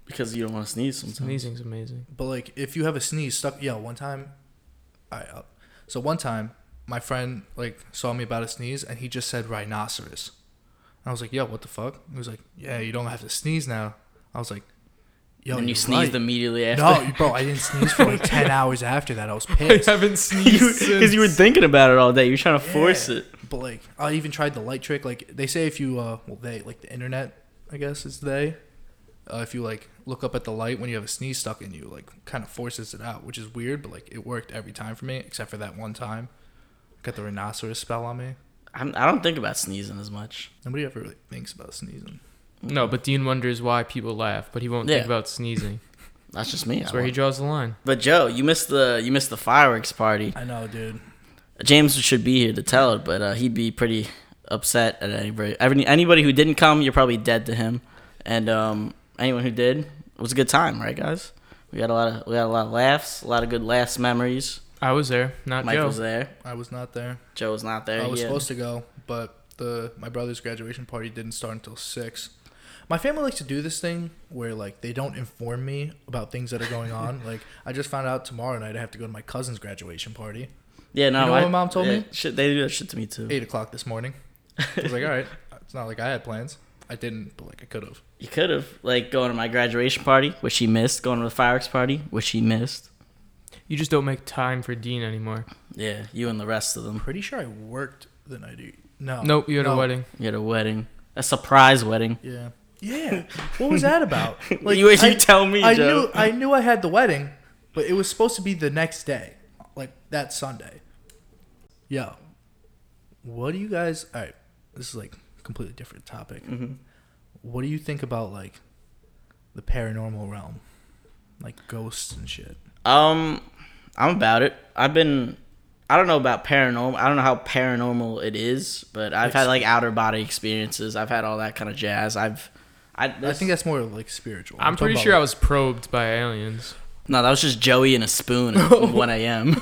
Speaker 1: because you don't want to sneeze sometimes.
Speaker 3: Sneezing's amazing.
Speaker 2: But like, if you have a sneeze stuck, yeah. One time, all right. uh, So one time, my friend like saw me about a sneeze, and he just said rhinoceros. And I was like, yo, what the fuck? He was like, yeah, you don't have to sneeze now. I was like, yo,
Speaker 1: and you
Speaker 2: you're right.
Speaker 1: sneezed immediately after.
Speaker 2: No, bro, I didn't sneeze for like ten hours after that. I was
Speaker 3: I
Speaker 2: pissed.
Speaker 3: haven't sneezed
Speaker 1: because you were thinking about it all day. You were trying to force
Speaker 2: Yeah.
Speaker 1: it.
Speaker 2: But like, I even tried the light trick. Like they say, if you uh, well, they like the internet, I guess is they. Uh, if you like look up at the light when you have a sneeze stuck in you, like kind of forces it out, which is weird, but like it worked every time for me, except for that one time. Got the rhinoceros spell on me.
Speaker 1: I'm, I don't think about sneezing as much.
Speaker 2: Nobody ever really thinks about sneezing.
Speaker 3: No, but Dean wonders why people laugh, but he won't
Speaker 1: Yeah.
Speaker 3: think about sneezing.
Speaker 1: That's just me.
Speaker 3: That's
Speaker 1: I
Speaker 3: where he
Speaker 1: won't.
Speaker 3: draws the line.
Speaker 1: but Joe, you missed the you missed the fireworks party.
Speaker 2: I know, dude.
Speaker 1: James should be here to tell it, but uh, he'd be pretty upset at anybody. Every, anybody who didn't come, you're probably dead to him. And um, anyone who did, it was a good time, right, guys? We had a lot of we had a lot of laughs, a lot of good laughs memories.
Speaker 3: I was there, not
Speaker 1: Mike
Speaker 3: Joe.
Speaker 1: was there.
Speaker 2: I was not there.
Speaker 1: Joe was not there.
Speaker 2: I was
Speaker 1: He had-
Speaker 2: supposed to go, but the my brother's graduation party didn't start until six. My family likes to do this thing where like they don't inform me about things that are going on. like I just found out tomorrow night I have to go to my cousin's graduation party,
Speaker 1: Yeah, no.
Speaker 2: know
Speaker 1: I-
Speaker 2: what mom told
Speaker 1: yeah,
Speaker 2: me?
Speaker 1: Shit, they do that shit to me too.
Speaker 2: eight o'clock this morning. I was like, all right, it's not like I had plans. I didn't, but like I could have.
Speaker 1: You could have like going to my graduation party, which he missed. Going to the fireworks party, which he missed.
Speaker 3: You just don't make time for Dean anymore.
Speaker 1: Yeah, you and the rest of them.
Speaker 2: Pretty sure I worked the night. you- No,
Speaker 3: Nope, you had a
Speaker 2: Oh, no.
Speaker 3: wedding.
Speaker 1: You had a wedding, a surprise wedding.
Speaker 2: Yeah, yeah. What was that about?
Speaker 1: you, you tell me,
Speaker 2: I
Speaker 1: Joe.
Speaker 2: knew I knew I had the wedding, but it was supposed to be the next day like that Sunday. Yo, what do you guys? All right, this is like a completely different topic.
Speaker 1: Mm-hmm.
Speaker 2: What do you think about like the paranormal realm, like ghosts and shit?
Speaker 1: Um, I'm about it. I've been. I don't know about paranormal. I don't know how paranormal it is, but I've had like outer body experiences. I've had all that kind of jazz. I've. I,
Speaker 2: I think that's more like spiritual.
Speaker 3: I'm pretty
Speaker 2: talking
Speaker 3: sure I
Speaker 2: about,
Speaker 3: was probed by aliens.
Speaker 1: no, that was just Joey and a spoon at 1 a.m.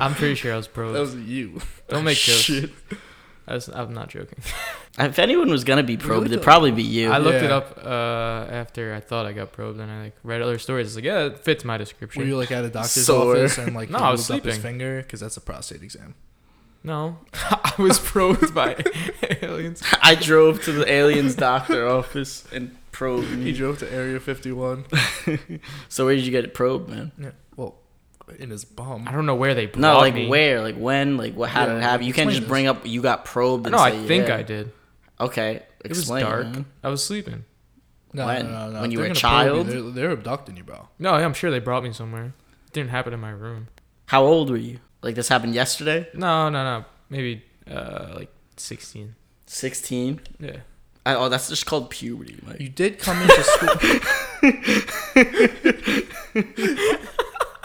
Speaker 3: I'm pretty sure I was probed.
Speaker 2: that was you.
Speaker 1: Oh,
Speaker 3: Don't make jokes.
Speaker 2: Shit.
Speaker 3: I was, I'm not joking.
Speaker 1: if anyone was gonna be probed, it'd
Speaker 2: though.
Speaker 1: probably be you.
Speaker 3: I looked it
Speaker 2: Yeah.
Speaker 3: up uh, after I thought I got probed, and I like read other stories. It's like, yeah, it fits my description.
Speaker 2: Were you like at a doctor's
Speaker 1: Sore.
Speaker 2: office and like
Speaker 3: No,
Speaker 2: he
Speaker 3: I was
Speaker 2: moved up his
Speaker 3: sleeping.
Speaker 2: finger because that's a prostate exam.
Speaker 3: no, I was probed by aliens.
Speaker 1: I drove to the alien's doctor office and probed.
Speaker 2: He
Speaker 1: Me.
Speaker 2: drove to Area 51.
Speaker 1: So where did you get it probed, man?
Speaker 2: Yeah, well, in his bum.
Speaker 3: I don't know where they brought
Speaker 1: No, like
Speaker 3: me.
Speaker 1: where, like when, like what? How
Speaker 2: Yeah,
Speaker 1: did it
Speaker 2: like,
Speaker 1: happen? You can't
Speaker 2: explain
Speaker 1: just
Speaker 2: this.
Speaker 1: bring up you got probed. And
Speaker 3: No, I
Speaker 1: say,
Speaker 3: think
Speaker 1: yeah.
Speaker 3: I did.
Speaker 1: Okay,
Speaker 3: It was
Speaker 1: explain,
Speaker 3: dark.
Speaker 1: man.
Speaker 3: I was sleeping.
Speaker 2: No,
Speaker 1: When?
Speaker 2: no, no, no.
Speaker 1: When you
Speaker 2: They're
Speaker 1: were a
Speaker 2: gonna probe you.
Speaker 1: child?
Speaker 2: They're, they're abducting you, bro.
Speaker 3: No, yeah, I'm sure they brought me somewhere. It didn't happen in my room.
Speaker 1: How old were you? Like this happened yesterday?
Speaker 3: No, no, no. Maybe uh, like 16.
Speaker 1: 16.
Speaker 3: Yeah.
Speaker 1: I, oh, that's just called puberty. Like,
Speaker 2: You did come into school.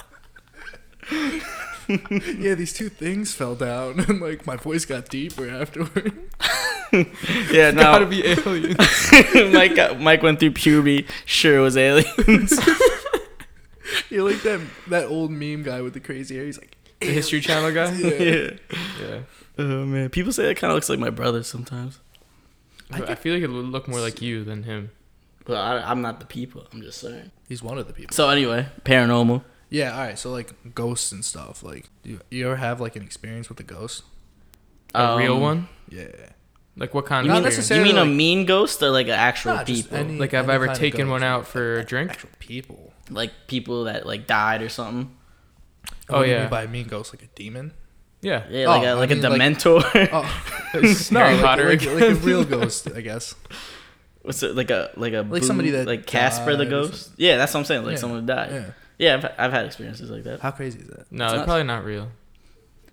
Speaker 2: yeah, these two things fell down, and like my voice got deeper afterward.
Speaker 1: yeah,
Speaker 3: Gotta
Speaker 1: no.
Speaker 3: be aliens.
Speaker 1: Mike, got- Mike went through puberty. Sure, was aliens.
Speaker 2: You're like that that old meme guy with the crazy hair. He's like,
Speaker 3: the History Channel guy.
Speaker 1: yeah.
Speaker 3: Yeah.
Speaker 1: Oh man, people say that kind of looks like my brother sometimes.
Speaker 3: I, feel like it would look more like you than him.
Speaker 1: But I, I'm not the people. I'm just saying.
Speaker 2: he's one of the people.
Speaker 1: So anyway, paranormal.
Speaker 2: Yeah, all right. So like ghosts and stuff. Like, do you, you ever have like an experience with a ghost?
Speaker 3: A real
Speaker 1: Um,
Speaker 3: one?
Speaker 2: Yeah.
Speaker 3: Like what kind
Speaker 2: You
Speaker 3: of
Speaker 2: mean-
Speaker 3: experience?
Speaker 1: You mean a
Speaker 2: like-
Speaker 1: mean ghost or like an actual
Speaker 2: Nah, just
Speaker 1: people?
Speaker 2: any-
Speaker 3: Like I've
Speaker 2: any
Speaker 3: ever
Speaker 2: kind of
Speaker 3: taken one
Speaker 2: ghost.
Speaker 3: out for a drink.
Speaker 2: Actual people.
Speaker 1: like people that like died or something.
Speaker 2: What
Speaker 3: Oh,
Speaker 2: do you
Speaker 3: yeah.
Speaker 2: mean by mean ghost, like a demon.
Speaker 3: Yeah.
Speaker 1: Yeah,
Speaker 2: Oh,
Speaker 1: like a,
Speaker 2: I
Speaker 1: like
Speaker 2: mean,
Speaker 1: a
Speaker 2: like-
Speaker 1: dementor.
Speaker 2: Oh,
Speaker 3: No,
Speaker 2: like,
Speaker 3: Harry Potter.
Speaker 2: like,
Speaker 3: again.
Speaker 2: like a real ghost, I guess.
Speaker 1: What's it like a like a
Speaker 2: Like somebody
Speaker 1: boo-
Speaker 2: that
Speaker 1: like Casper the
Speaker 2: died or
Speaker 1: ghost? Yeah, that's what I'm saying. Like
Speaker 2: Yeah,
Speaker 1: someone that died.
Speaker 2: yeah.
Speaker 1: Yeah, I've, I've had experiences like that.
Speaker 2: How crazy is that?
Speaker 3: no,
Speaker 1: It's
Speaker 3: they're
Speaker 1: not-
Speaker 3: probably not real.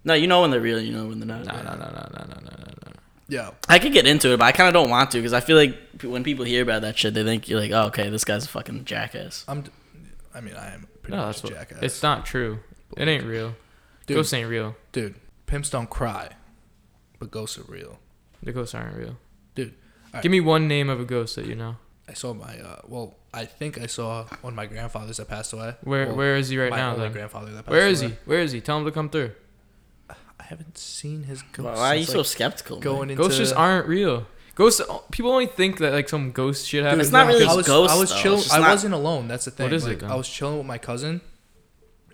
Speaker 1: No, you know when they're real, you know when they're not.
Speaker 3: No,
Speaker 1: real.
Speaker 3: no, no, no, no, no, no, no, no.
Speaker 2: Yeah.
Speaker 1: I could get into it, but I kind of don't want to because I feel like p- when people hear about that shit, they think you're like, oh, okay, this guy's a fucking jackass.
Speaker 2: I'm. d- I mean, I am pretty
Speaker 3: No,
Speaker 2: much
Speaker 3: that's
Speaker 2: a
Speaker 3: what.
Speaker 2: jackass.
Speaker 3: It's not true. It ain't real.
Speaker 2: dude,
Speaker 3: Ghosts ain't real.
Speaker 2: dude, pimps don't cry, but ghosts are real.
Speaker 3: The ghosts aren't real.
Speaker 2: Dude, Alright.
Speaker 3: Give me one name of a ghost that you know.
Speaker 2: I saw my. Uh, well, I think I saw one of my grandfathers that passed away.
Speaker 3: Where
Speaker 2: Well,
Speaker 3: Where is he right
Speaker 2: my
Speaker 3: now?
Speaker 2: older
Speaker 3: Then?
Speaker 2: grandfather that passed
Speaker 3: Where is
Speaker 2: away.
Speaker 3: he? Where is he? Tell him to come through.
Speaker 2: I haven't seen his ghost.
Speaker 1: Why are you
Speaker 2: since,
Speaker 1: so
Speaker 2: like,
Speaker 1: skeptical?
Speaker 2: going
Speaker 1: Going
Speaker 2: into?
Speaker 3: Ghosts just aren't real. Ghosts. People only think that like some ghost shit happens.
Speaker 1: It's not really
Speaker 2: I was,
Speaker 1: ghosts,
Speaker 2: I was
Speaker 1: though.
Speaker 2: chilling.
Speaker 1: It's just
Speaker 2: I
Speaker 1: not-
Speaker 2: wasn't alone. That's the thing.
Speaker 3: What is it,
Speaker 2: Like,
Speaker 3: though?
Speaker 2: I was chilling with my cousin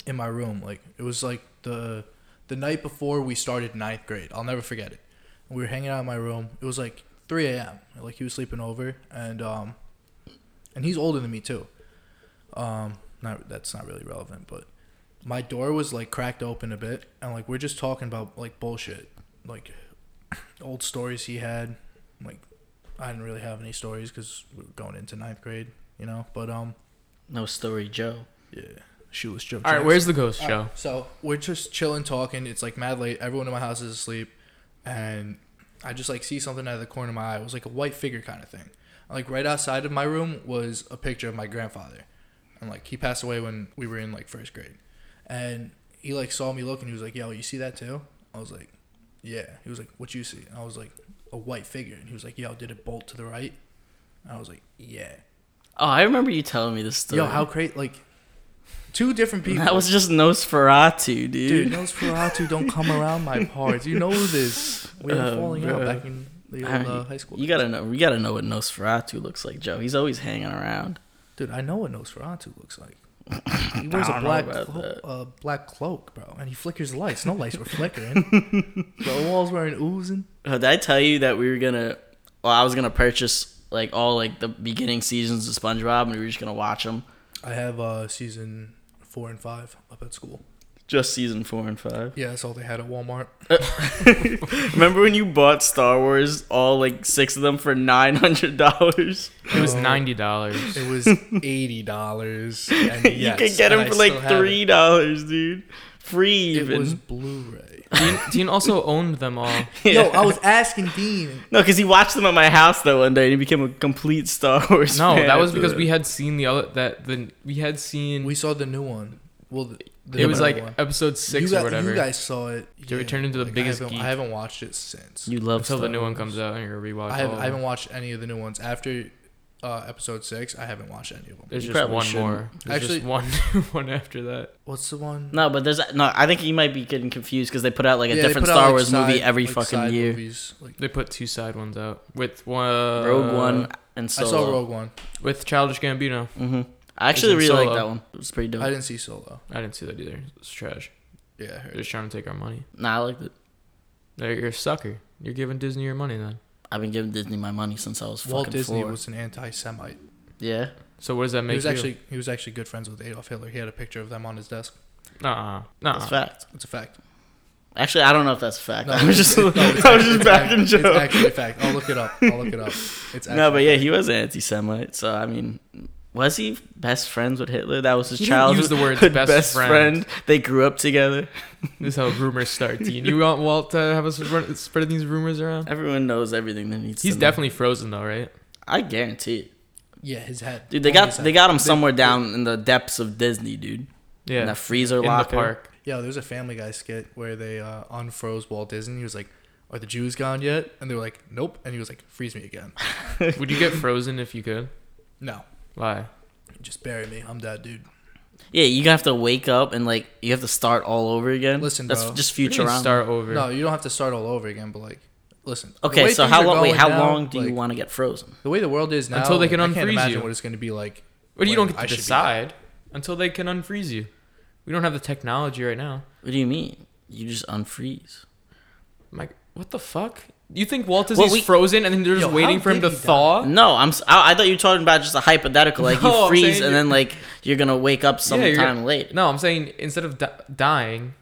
Speaker 2: in my room. Like it was like the the night before we started ninth grade. I'll never forget it. We were hanging out in my room. It was like 3 a.m. Like he was sleeping over, and um, and he's older than me too. Um, not that's not really relevant, but my door was like cracked open a bit, and like we're just talking about like bullshit, like old stories he had. Like I didn't really have any stories because we were going into ninth grade, you know. But um,
Speaker 1: no story, Joe.
Speaker 2: yeah, shoeless Joe.
Speaker 3: All right.
Speaker 2: Jackson.
Speaker 3: Where's the ghost
Speaker 2: All
Speaker 3: show?
Speaker 2: right, So we're just chilling, talking. It's like mad late. Everyone in my house is asleep, and I just like see something out of the corner of my eye. It was like a white figure kind of thing. Like right outside of my room was a picture of my grandfather, and like he passed away when we were in like first grade, and he like saw me look and he was like, "Yo, you see that too?" I was like, "Yeah." He was like, "What you see?" And I was like, "A white figure," and he was like, "Yo, did it bolt to the right?" And I was like, "Yeah."
Speaker 1: Oh, I remember you telling me this story.
Speaker 2: Yo, how crazy! Like two different people.
Speaker 1: that was just Nosferatu, dude.
Speaker 2: Dude, Nosferatu don't come around my parts. You know this. We were
Speaker 1: Oh,
Speaker 2: falling out
Speaker 1: bruh.
Speaker 2: back in the
Speaker 1: I
Speaker 2: old
Speaker 1: mean,
Speaker 2: uh, high school.
Speaker 1: You gotta know. You gotta know what Nosferatu looks like, Joe. He's always hanging around.
Speaker 2: Dude, I know what Nosferatu looks like. He wears a
Speaker 1: don't know
Speaker 2: black,
Speaker 1: about
Speaker 2: clo-
Speaker 1: that.
Speaker 2: uh, black cloak, bro, and he flickers lights. No lights were flickering. the walls weren't oozing.
Speaker 1: Oh, Did I tell you that we were gonna? Well, I was gonna purchase like all like the beginning seasons of SpongeBob, and we were just gonna watch them,
Speaker 2: I have uh, season four and five up at school.
Speaker 1: just season four and five.
Speaker 2: Yeah, that's all they had at Walmart.
Speaker 1: Remember when you bought Star Wars, all like six of them for nine hundred dollars?
Speaker 3: It was
Speaker 2: Oh.
Speaker 3: ninety dollars.
Speaker 2: It was eighty dollars.
Speaker 1: you could get them for like three dollars, dude. free
Speaker 2: It
Speaker 1: even.
Speaker 2: was Blu-ray.
Speaker 3: Dean, Dean also owned them all.
Speaker 2: No, I was asking Dean.
Speaker 1: No, because he watched them at my house that one day and he became a complete Star Wars
Speaker 3: No,
Speaker 1: fan
Speaker 3: that was
Speaker 1: after
Speaker 3: because we had seen the other that the we had seen.
Speaker 2: We saw the new one. Well, the, the
Speaker 3: it was
Speaker 2: new
Speaker 3: like
Speaker 2: one.
Speaker 3: episode six
Speaker 2: you
Speaker 3: or
Speaker 2: guys-
Speaker 3: whatever.
Speaker 2: You guys saw it.
Speaker 3: They returned into the biggest
Speaker 2: I haven't,
Speaker 3: geek.
Speaker 2: I haven't watched it since.
Speaker 1: You love
Speaker 3: until the
Speaker 1: Star
Speaker 3: new one
Speaker 1: Wars.
Speaker 3: comes out and you're gonna rewatch.
Speaker 2: I, have,
Speaker 3: all of
Speaker 2: I
Speaker 3: them.
Speaker 2: haven't watched any of the new ones after uh, episode six. I haven't watched any of them.
Speaker 3: There's
Speaker 1: You
Speaker 3: just
Speaker 1: probably
Speaker 3: one
Speaker 1: shouldn't.
Speaker 3: more. There's
Speaker 2: Actually-
Speaker 3: just one one after that.
Speaker 2: What's the one?
Speaker 1: No, but there's no. I think you might be getting confused because they put out like a
Speaker 2: Yeah, they
Speaker 1: different
Speaker 2: put out,
Speaker 1: Star
Speaker 2: like,
Speaker 1: Wars movie
Speaker 2: side-
Speaker 1: every
Speaker 2: like,
Speaker 1: fucking
Speaker 2: side
Speaker 1: year.
Speaker 2: movies, like-
Speaker 3: They put two side ones out with one
Speaker 1: Rogue One and
Speaker 2: I
Speaker 1: Solo.
Speaker 2: saw Rogue One.
Speaker 3: with Childish Gambino.
Speaker 1: hmm I actually
Speaker 3: in
Speaker 1: really like
Speaker 3: Solo.
Speaker 1: that one. It was pretty dope.
Speaker 2: I didn't see Solo.
Speaker 3: I didn't see that either. It's trash.
Speaker 2: Yeah, I
Speaker 3: They're
Speaker 2: heard. it.
Speaker 3: just trying to take our money.
Speaker 1: Nah, I liked it.
Speaker 3: They're, you're a sucker. You're giving Disney your money then.
Speaker 1: I've been giving Disney my money since I was
Speaker 2: Walt
Speaker 1: fucking
Speaker 2: Disney
Speaker 1: four.
Speaker 2: was an anti-Semite.
Speaker 1: yeah.
Speaker 3: So what does that make
Speaker 2: He was
Speaker 3: you?
Speaker 2: actually he was actually good friends with Adolf Hitler. He had a picture of them on his desk.
Speaker 3: Nah, nah.
Speaker 1: That's fact.
Speaker 2: It's a fact.
Speaker 1: Actually, I don't know if that's a fact.
Speaker 2: No,
Speaker 1: I was just,
Speaker 2: no, it's
Speaker 1: I was just
Speaker 2: it's
Speaker 1: backing
Speaker 2: act- It's
Speaker 1: Joe.
Speaker 2: actually a fact. I'll look it up. I'll look it up. It's actually,
Speaker 1: No, but yeah, he was an anti-Semite. So I mean, was he best friends with Hitler? That was his
Speaker 3: You didn't
Speaker 1: childhood.
Speaker 3: use the words best friend.
Speaker 1: They grew up together.
Speaker 3: This is how rumors start, Dean. You want Walt to have us run, spreading these rumors around?
Speaker 1: Everyone knows everything that needs.
Speaker 3: He's
Speaker 1: to know.
Speaker 3: definitely frozen though, right?
Speaker 1: I guarantee it,
Speaker 2: yeah, his head.
Speaker 1: dude. They
Speaker 2: On
Speaker 1: got
Speaker 2: his
Speaker 1: they
Speaker 2: head.
Speaker 1: got him somewhere down in the depths of Disney, dude.
Speaker 3: Yeah.
Speaker 1: In that freezer
Speaker 3: in
Speaker 1: locker.
Speaker 3: the park.
Speaker 2: Yo, there's a Family Guy skit where they uh, unfroze Walt Disney. He was like, "Are the Jews gone yet?" And they were like, "Nope." And he was like, "Freeze me again."
Speaker 3: Would you get frozen if you could?
Speaker 2: No,
Speaker 3: Why?
Speaker 2: just bury me. I'm dead, dude.
Speaker 1: Yeah, you have to wake up and like you have to start all over again.
Speaker 2: Listen,
Speaker 1: that's
Speaker 2: bro.
Speaker 1: just
Speaker 3: You can
Speaker 1: future
Speaker 3: start over.
Speaker 2: No, you don't have to start all over again. But like, listen. the
Speaker 1: Okay,
Speaker 2: way
Speaker 1: so
Speaker 2: things
Speaker 1: how
Speaker 2: are
Speaker 1: long? Wait,
Speaker 2: going
Speaker 1: how
Speaker 2: now,
Speaker 1: long do you
Speaker 2: like,
Speaker 1: want to get frozen?
Speaker 2: The way the world is now,
Speaker 3: Until they
Speaker 2: like,
Speaker 3: can
Speaker 2: I can't
Speaker 3: unfreeze
Speaker 2: imagine
Speaker 3: you.
Speaker 2: what it's going to be like.
Speaker 3: But you
Speaker 2: when
Speaker 3: don't get
Speaker 2: I
Speaker 3: to
Speaker 2: should be
Speaker 3: decide until they can unfreeze you. We don't have the technology right now.
Speaker 1: What do you mean? You just unfreeze?
Speaker 3: Mike, what the fuck? You think Walt Disney's
Speaker 1: we-
Speaker 3: frozen and then they're just
Speaker 2: Yo,
Speaker 3: waiting
Speaker 2: how
Speaker 3: for him
Speaker 2: did
Speaker 3: to
Speaker 2: he die?
Speaker 3: thaw?
Speaker 1: No, I'm. s- I, I thought you were talking about just a hypothetical, like
Speaker 3: No,
Speaker 1: you
Speaker 3: I'm
Speaker 1: freeze
Speaker 3: saying
Speaker 1: and
Speaker 3: you-
Speaker 1: then like you're gonna wake up
Speaker 3: Yeah, you're-
Speaker 1: sometime later.
Speaker 3: No, I'm saying instead of di- dying,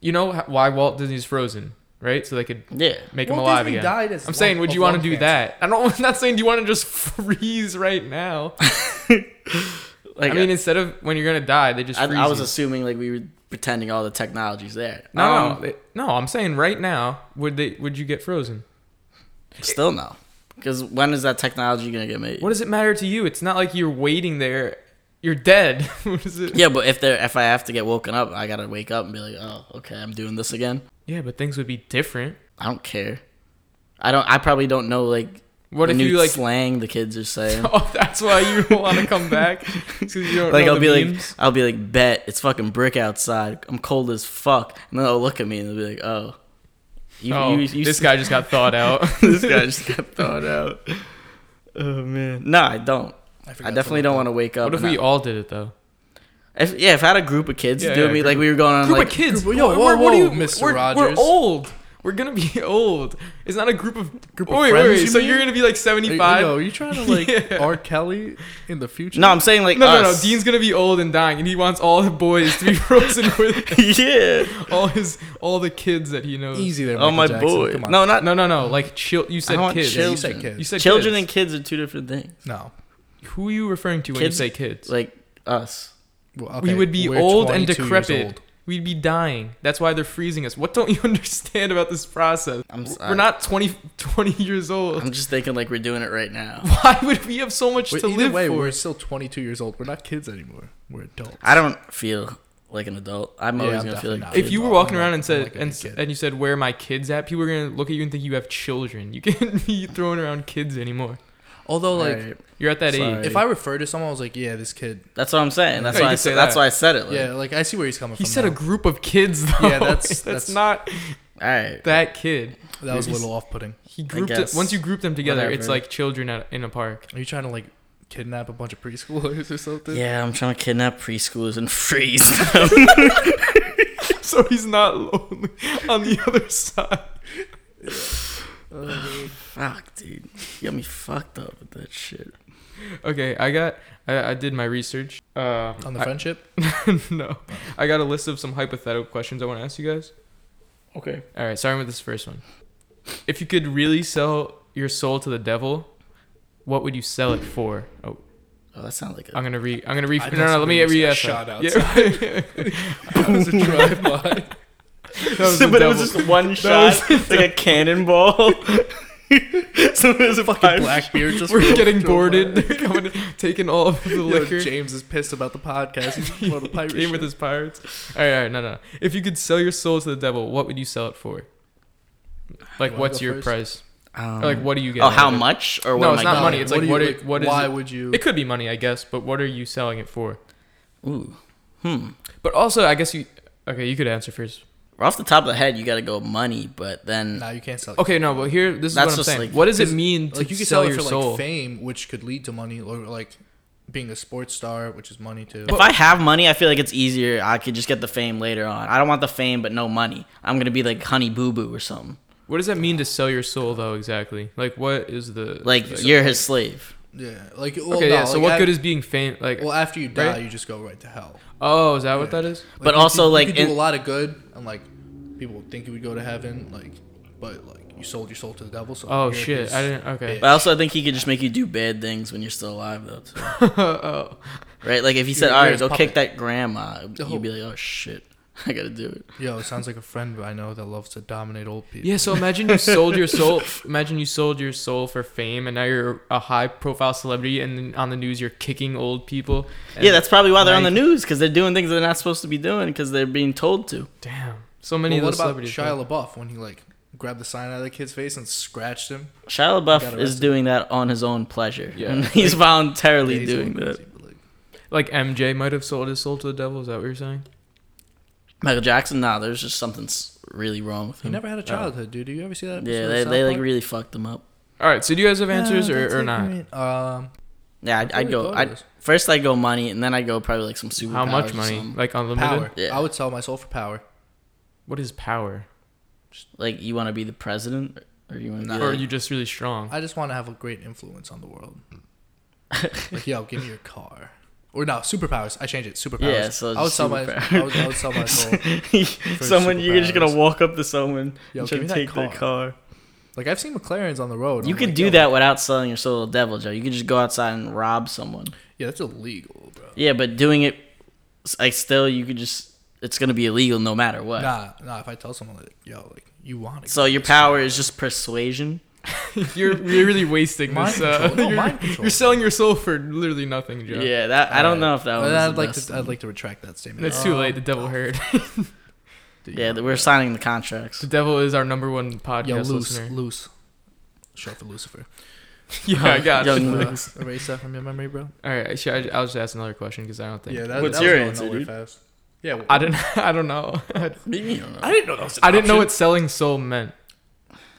Speaker 3: you know h- why Walt Disney's frozen, right? So they could
Speaker 1: Yeah.
Speaker 3: make him
Speaker 2: Walt
Speaker 3: alive
Speaker 2: Disney
Speaker 3: again.
Speaker 2: died as
Speaker 3: I'm saying,
Speaker 2: lung-
Speaker 3: would
Speaker 2: of
Speaker 3: you want to
Speaker 2: lung
Speaker 3: do
Speaker 2: cancer.
Speaker 3: that? I don't. I'm not saying do you want to just freeze right now.
Speaker 1: Like,
Speaker 3: I mean, instead of when you're gonna die, they just.
Speaker 1: I,
Speaker 3: freeze
Speaker 1: I was
Speaker 3: you.
Speaker 1: assuming like we were pretending all the technology's there.
Speaker 3: no,
Speaker 1: Um,
Speaker 3: no, they- no. I'm saying right now, would they? Would you get frozen?
Speaker 1: still no, because when is that technology gonna get made?
Speaker 3: What does it matter to you? It's not like you're waiting there. You're dead. what is it?
Speaker 1: yeah, but if there, if I have to get woken up, I gotta wake up and be like, oh, okay, I'm doing this again.
Speaker 3: Yeah, but things would be different.
Speaker 1: I don't care. I don't. I probably don't know like
Speaker 3: What
Speaker 1: the
Speaker 3: if
Speaker 1: new
Speaker 3: you like?
Speaker 1: slang the kids are saying.
Speaker 3: Oh, that's why you don't want to come back. 'Cause you don't
Speaker 1: like
Speaker 3: know
Speaker 1: I'll
Speaker 3: the
Speaker 1: be
Speaker 3: memes?
Speaker 1: like, I'll be like, bet it's fucking brick outside. I'm cold as fuck, and then they'll look at me and they'll be like, oh, you,
Speaker 3: oh,
Speaker 1: you- you-
Speaker 3: this guy just got thawed out.
Speaker 1: this guy just got thrown out. Oh man, no, I don't.
Speaker 2: I,
Speaker 1: I
Speaker 2: forgot
Speaker 1: definitely don't
Speaker 2: something.
Speaker 1: want to wake up.
Speaker 3: what if
Speaker 1: and
Speaker 3: we
Speaker 1: I-
Speaker 3: all did it though?
Speaker 1: If, yeah, if I had a group of kids
Speaker 3: Yeah,
Speaker 1: doing
Speaker 3: yeah,
Speaker 1: me like
Speaker 3: group-
Speaker 1: we were going on
Speaker 3: group
Speaker 1: like
Speaker 3: of kids.
Speaker 2: Group- yo,
Speaker 3: We're-
Speaker 2: whoa,
Speaker 3: we're- what
Speaker 2: whoa,
Speaker 3: are you,
Speaker 2: Mr.
Speaker 3: We're, we're
Speaker 2: Rogers.
Speaker 3: old. We're gonna be old. It's not a group of group
Speaker 2: of
Speaker 3: wait,
Speaker 2: friends,
Speaker 3: wait,
Speaker 2: you
Speaker 3: so
Speaker 2: mean?
Speaker 3: you're gonna be like
Speaker 2: Are you-
Speaker 3: 75?
Speaker 2: Yo, are you trying to like
Speaker 3: Yeah.
Speaker 2: R. Kelly in the future?
Speaker 1: No, I'm saying like
Speaker 3: no, no, no.
Speaker 1: us.
Speaker 3: Dean's gonna be old and dying, and he wants all the boys to be frozen with
Speaker 1: yeah.
Speaker 3: all his all the kids that he knows.
Speaker 2: easy there.
Speaker 1: Oh
Speaker 2: Michael
Speaker 1: my
Speaker 2: Jackson.
Speaker 1: boy.
Speaker 2: Come on.
Speaker 1: No, not
Speaker 3: No, no, no. Like chill. You
Speaker 1: I
Speaker 3: said
Speaker 1: want
Speaker 3: kids.
Speaker 2: Yeah,
Speaker 1: children.
Speaker 2: you said kids.
Speaker 3: You said
Speaker 1: children
Speaker 3: kids.
Speaker 1: and kids are two different things.
Speaker 2: no.
Speaker 3: Who are you referring to when
Speaker 1: Kids-
Speaker 3: you say kids?
Speaker 1: Like us.
Speaker 2: Well, okay,
Speaker 3: we would be
Speaker 2: we're
Speaker 3: old and
Speaker 2: 22 years
Speaker 3: decrepit.
Speaker 2: old.
Speaker 3: We'd be dying. That's why they're freezing us. What don't you understand about this process?
Speaker 1: I'm sorry.
Speaker 3: We're not 20, 20 years old.
Speaker 1: I'm just thinking like we're doing it right now.
Speaker 3: Why would we have so much
Speaker 2: But
Speaker 3: to
Speaker 2: either
Speaker 3: live
Speaker 2: way,
Speaker 3: for?
Speaker 2: we're still 22 years old. We're not kids anymore. We're adults.
Speaker 1: I don't feel like an adult. I'm
Speaker 2: Yeah,
Speaker 1: always
Speaker 2: I'm
Speaker 1: gonna feel
Speaker 2: definitely
Speaker 1: like
Speaker 2: not.
Speaker 1: a kid.
Speaker 3: if you were
Speaker 2: I'm
Speaker 3: walking
Speaker 2: like-
Speaker 3: around and
Speaker 2: I'm
Speaker 3: said
Speaker 2: like a
Speaker 3: and,
Speaker 2: big kid.
Speaker 3: and you said where are my kids at, people are gonna look at you and think you have children. You can't be throwing around kids anymore.
Speaker 2: Although, like,
Speaker 1: Alright.
Speaker 3: You're at that
Speaker 1: Sorry.
Speaker 3: age.
Speaker 2: if I refer to someone, I was like, yeah, this kid.
Speaker 1: That's what I'm saying. That's
Speaker 3: Yeah, you
Speaker 1: why I
Speaker 3: could say
Speaker 1: said, that's
Speaker 3: that.
Speaker 1: why I said it. Like,
Speaker 2: Yeah, like I see where he's coming
Speaker 3: He
Speaker 2: from.
Speaker 3: said
Speaker 2: now.
Speaker 3: a group of kids though.
Speaker 2: Yeah, that's-
Speaker 3: that's,
Speaker 2: that's-
Speaker 3: not
Speaker 1: All right.
Speaker 3: that kid.
Speaker 2: that was a
Speaker 3: he's-
Speaker 2: little off-putting.
Speaker 3: He grouped it,
Speaker 1: guess.
Speaker 3: once you group them together, it's
Speaker 1: Whatever.
Speaker 3: like children at, in a park.
Speaker 2: Are you trying to like kidnap a bunch of preschoolers or something?
Speaker 1: Yeah, I'm trying to kidnap preschoolers and freeze them.
Speaker 3: so he's not lonely on the other side.
Speaker 1: Fuck, dude. You got me fucked up with that shit.
Speaker 3: Okay, I got I, I did my research. Um,
Speaker 2: On the
Speaker 3: I-
Speaker 2: friendship.
Speaker 3: no, I got a list of some hypothetical questions I want to ask you guys.
Speaker 1: Okay.
Speaker 3: All right, starting with this first one. If you could really sell your soul to the devil, what would you sell it for? Oh,
Speaker 1: Oh, that sounds like a
Speaker 3: I'm gonna re. I'm gonna re.
Speaker 2: I
Speaker 3: No,
Speaker 2: thought
Speaker 3: no, let me
Speaker 2: somebody
Speaker 3: re.
Speaker 2: was
Speaker 3: ask
Speaker 2: shot
Speaker 3: that. Yeah.
Speaker 2: That was a drive by.
Speaker 3: that was a
Speaker 1: but it was
Speaker 3: double.
Speaker 1: just one shot, like a cannonball. so it was a
Speaker 2: Fucking
Speaker 1: five-
Speaker 2: Blackbeard just
Speaker 3: We're
Speaker 2: rolled
Speaker 3: getting
Speaker 2: into a
Speaker 3: boarded.
Speaker 2: bar.
Speaker 3: They're coming, taking all of the
Speaker 2: Yo,
Speaker 3: liquor.
Speaker 2: James is pissed about the podcast. He's on a pirate
Speaker 3: Game with
Speaker 2: ship.
Speaker 3: his pirates. All right, all right, no, no. no. If you could sell your soul to the devil, what would you sell it for? Like,
Speaker 2: wanna
Speaker 3: what's
Speaker 2: go
Speaker 3: your
Speaker 2: first?
Speaker 3: price?
Speaker 1: Um,
Speaker 3: Or, like, what do you get?
Speaker 1: oh,
Speaker 3: out of
Speaker 1: how
Speaker 3: it?
Speaker 1: much or what?
Speaker 3: No,
Speaker 1: am
Speaker 3: it's
Speaker 1: I
Speaker 3: not
Speaker 1: getting?
Speaker 3: money, it's like,
Speaker 2: do
Speaker 3: what
Speaker 2: you-
Speaker 3: it- what is
Speaker 2: Why
Speaker 3: it-
Speaker 2: would you?
Speaker 3: It could be money, I guess, but what are you selling it for?
Speaker 1: Ooh, hmm.
Speaker 3: But also, I guess you. Okay, you could answer first.
Speaker 1: Off the top of the head, you got to go money, but then
Speaker 2: Nah, you can't sell. it.
Speaker 3: Okay, no, but here, this is
Speaker 1: That's
Speaker 3: what I'm
Speaker 1: just
Speaker 3: saying.
Speaker 1: like-
Speaker 3: what does it
Speaker 2: 'cause,
Speaker 3: mean to
Speaker 2: like you could
Speaker 3: sell,
Speaker 2: sell, it
Speaker 3: your
Speaker 2: for
Speaker 3: soul?
Speaker 2: like fame, which could lead to money, or like being a sports star, which is money too.
Speaker 1: if I have money, I feel like it's easier. I could just get the fame later on. I don't want the fame, but no money. I'm gonna be like Honey Boo Boo or something.
Speaker 3: what does that mean to sell your soul, though, exactly? Like, what is the.
Speaker 1: Like you're his slave.
Speaker 2: yeah, like well,
Speaker 3: Okay,
Speaker 2: no,
Speaker 3: yeah, so
Speaker 2: like,
Speaker 3: what
Speaker 2: I-
Speaker 3: good is being fame? Like,
Speaker 2: Well, after you die,
Speaker 3: Right?
Speaker 2: you just go right to hell.
Speaker 3: oh, is that what that is?
Speaker 1: But
Speaker 2: you
Speaker 1: also,
Speaker 2: could- you
Speaker 1: like,
Speaker 2: could
Speaker 1: in-
Speaker 2: do a lot of good, and like people would think you would go to heaven, like, but like you sold your soul to the devil. So
Speaker 3: Oh,
Speaker 2: you're
Speaker 3: shit.
Speaker 2: his-
Speaker 3: I didn't. Okay.
Speaker 1: But I also, I think he could just make you do bad things when you're still alive, though. too.
Speaker 3: oh.
Speaker 1: Right? Like if he said,
Speaker 2: You're-
Speaker 1: "All
Speaker 2: you're
Speaker 1: right,
Speaker 2: his
Speaker 1: go
Speaker 2: puppet.
Speaker 1: kick that grandma,"
Speaker 2: Oh.
Speaker 1: you'd be like, "Oh shit, I gotta do it."
Speaker 2: Yo, it sounds like a friend I know that loves to dominate old people.
Speaker 3: Yeah, so imagine you sold your soul. Imagine you sold your soul for fame, and now you're a high-profile celebrity, and then on the news you're kicking old people. And
Speaker 1: yeah, that's probably why they're on the
Speaker 3: like-
Speaker 1: news because they're doing things they're not supposed to be doing because they're being told to.
Speaker 3: damn. So
Speaker 2: Well,
Speaker 3: many
Speaker 2: what
Speaker 3: of those
Speaker 2: about
Speaker 3: celebrities.
Speaker 2: Shia LaBeouf when he like grabbed the sign out of the kid's face and scratched him? Got
Speaker 1: Shia LaBeouf is
Speaker 2: arrested.
Speaker 1: doing that on his own pleasure.
Speaker 3: Yeah.
Speaker 1: and he's voluntarily
Speaker 2: Yeah, he's
Speaker 1: doing
Speaker 2: going
Speaker 1: that.
Speaker 2: crazy, but, like,
Speaker 3: like MJ might have sold his soul to the devil. Is that what you're saying?
Speaker 1: Michael Jackson, nah, there's just something s- really wrong with
Speaker 2: He
Speaker 1: him.
Speaker 2: never had a childhood, dude. Do you ever see that?
Speaker 1: Oh. yeah,
Speaker 2: episode
Speaker 1: they,
Speaker 2: of
Speaker 1: they
Speaker 2: South
Speaker 1: like
Speaker 2: Park?
Speaker 1: really fucked him up.
Speaker 3: All right. So do you guys have
Speaker 2: Yeah,
Speaker 3: answers
Speaker 2: that's
Speaker 3: or, or
Speaker 2: like
Speaker 3: not?
Speaker 2: me. Um,
Speaker 1: Yeah, I'd,
Speaker 2: I
Speaker 1: I'd
Speaker 2: really
Speaker 1: go.
Speaker 2: thought
Speaker 1: I'd,
Speaker 2: of this.
Speaker 1: first, I'd go money, and then I'd go probably like some super.
Speaker 3: How much money? Like unlimited.
Speaker 2: power.
Speaker 1: Yeah.
Speaker 2: I would sell my soul for power.
Speaker 3: What is power?
Speaker 1: Like, you want to be the president, or you want to?
Speaker 3: Or are you just really strong?
Speaker 2: I just want to have a great influence on the world. like, yo, give me your car. Or no, superpowers. I change it. Superpowers.
Speaker 1: Yeah, so
Speaker 2: I would
Speaker 1: just
Speaker 2: sell my. I would, I would sell my soul.
Speaker 1: someone you're just gonna
Speaker 2: superpowers.
Speaker 1: walk up to someone
Speaker 2: Yo, give
Speaker 1: and try to
Speaker 2: me that
Speaker 1: take their
Speaker 2: car.
Speaker 1: car.
Speaker 2: Like I've seen McLarens on the road.
Speaker 1: You
Speaker 2: I'm
Speaker 1: could
Speaker 2: like,
Speaker 1: do
Speaker 2: yo,
Speaker 1: that without selling your soul to the devil, Joe. You could just go outside and rob someone.
Speaker 2: Yeah, that's illegal, bro.
Speaker 1: Yeah, but doing it, like, still, you could just. It's gonna be illegal no matter what.
Speaker 2: Nah, nah. If I tell someone like, yo, like you want it.
Speaker 1: So your power is just persuasion.
Speaker 3: you're, you're really wasting
Speaker 2: Mind
Speaker 3: this. Uh,
Speaker 2: control. No,
Speaker 3: you're,
Speaker 2: mind control.
Speaker 3: you're selling your soul for literally nothing, Joe.
Speaker 1: Yeah, that I don't know if that was.
Speaker 2: I'd
Speaker 1: the
Speaker 2: like
Speaker 1: best
Speaker 2: to. I'd like to retract that statement. Um,
Speaker 3: And it's too
Speaker 2: Oh,
Speaker 3: late. The devil heard.
Speaker 1: thing. yeah, we're signing the contracts.
Speaker 3: the devil is our number one podcast
Speaker 2: Yo, loose,
Speaker 3: listener.
Speaker 2: loose. Show for Lucifer.
Speaker 3: Yeah, I got it.
Speaker 1: Young
Speaker 2: Uh,
Speaker 1: Loose.
Speaker 2: erase that from your memory, bro.
Speaker 3: All right, should I, I'll just ask another question because I don't think.
Speaker 2: that,
Speaker 1: What's
Speaker 2: that
Speaker 1: your
Speaker 2: was going
Speaker 1: answer,
Speaker 2: nowhere
Speaker 1: dude?
Speaker 2: Fast. Yeah, well,
Speaker 3: I didn't. I don't know.
Speaker 2: I didn't know that was. An
Speaker 3: I didn't know
Speaker 2: option.
Speaker 3: what selling soul meant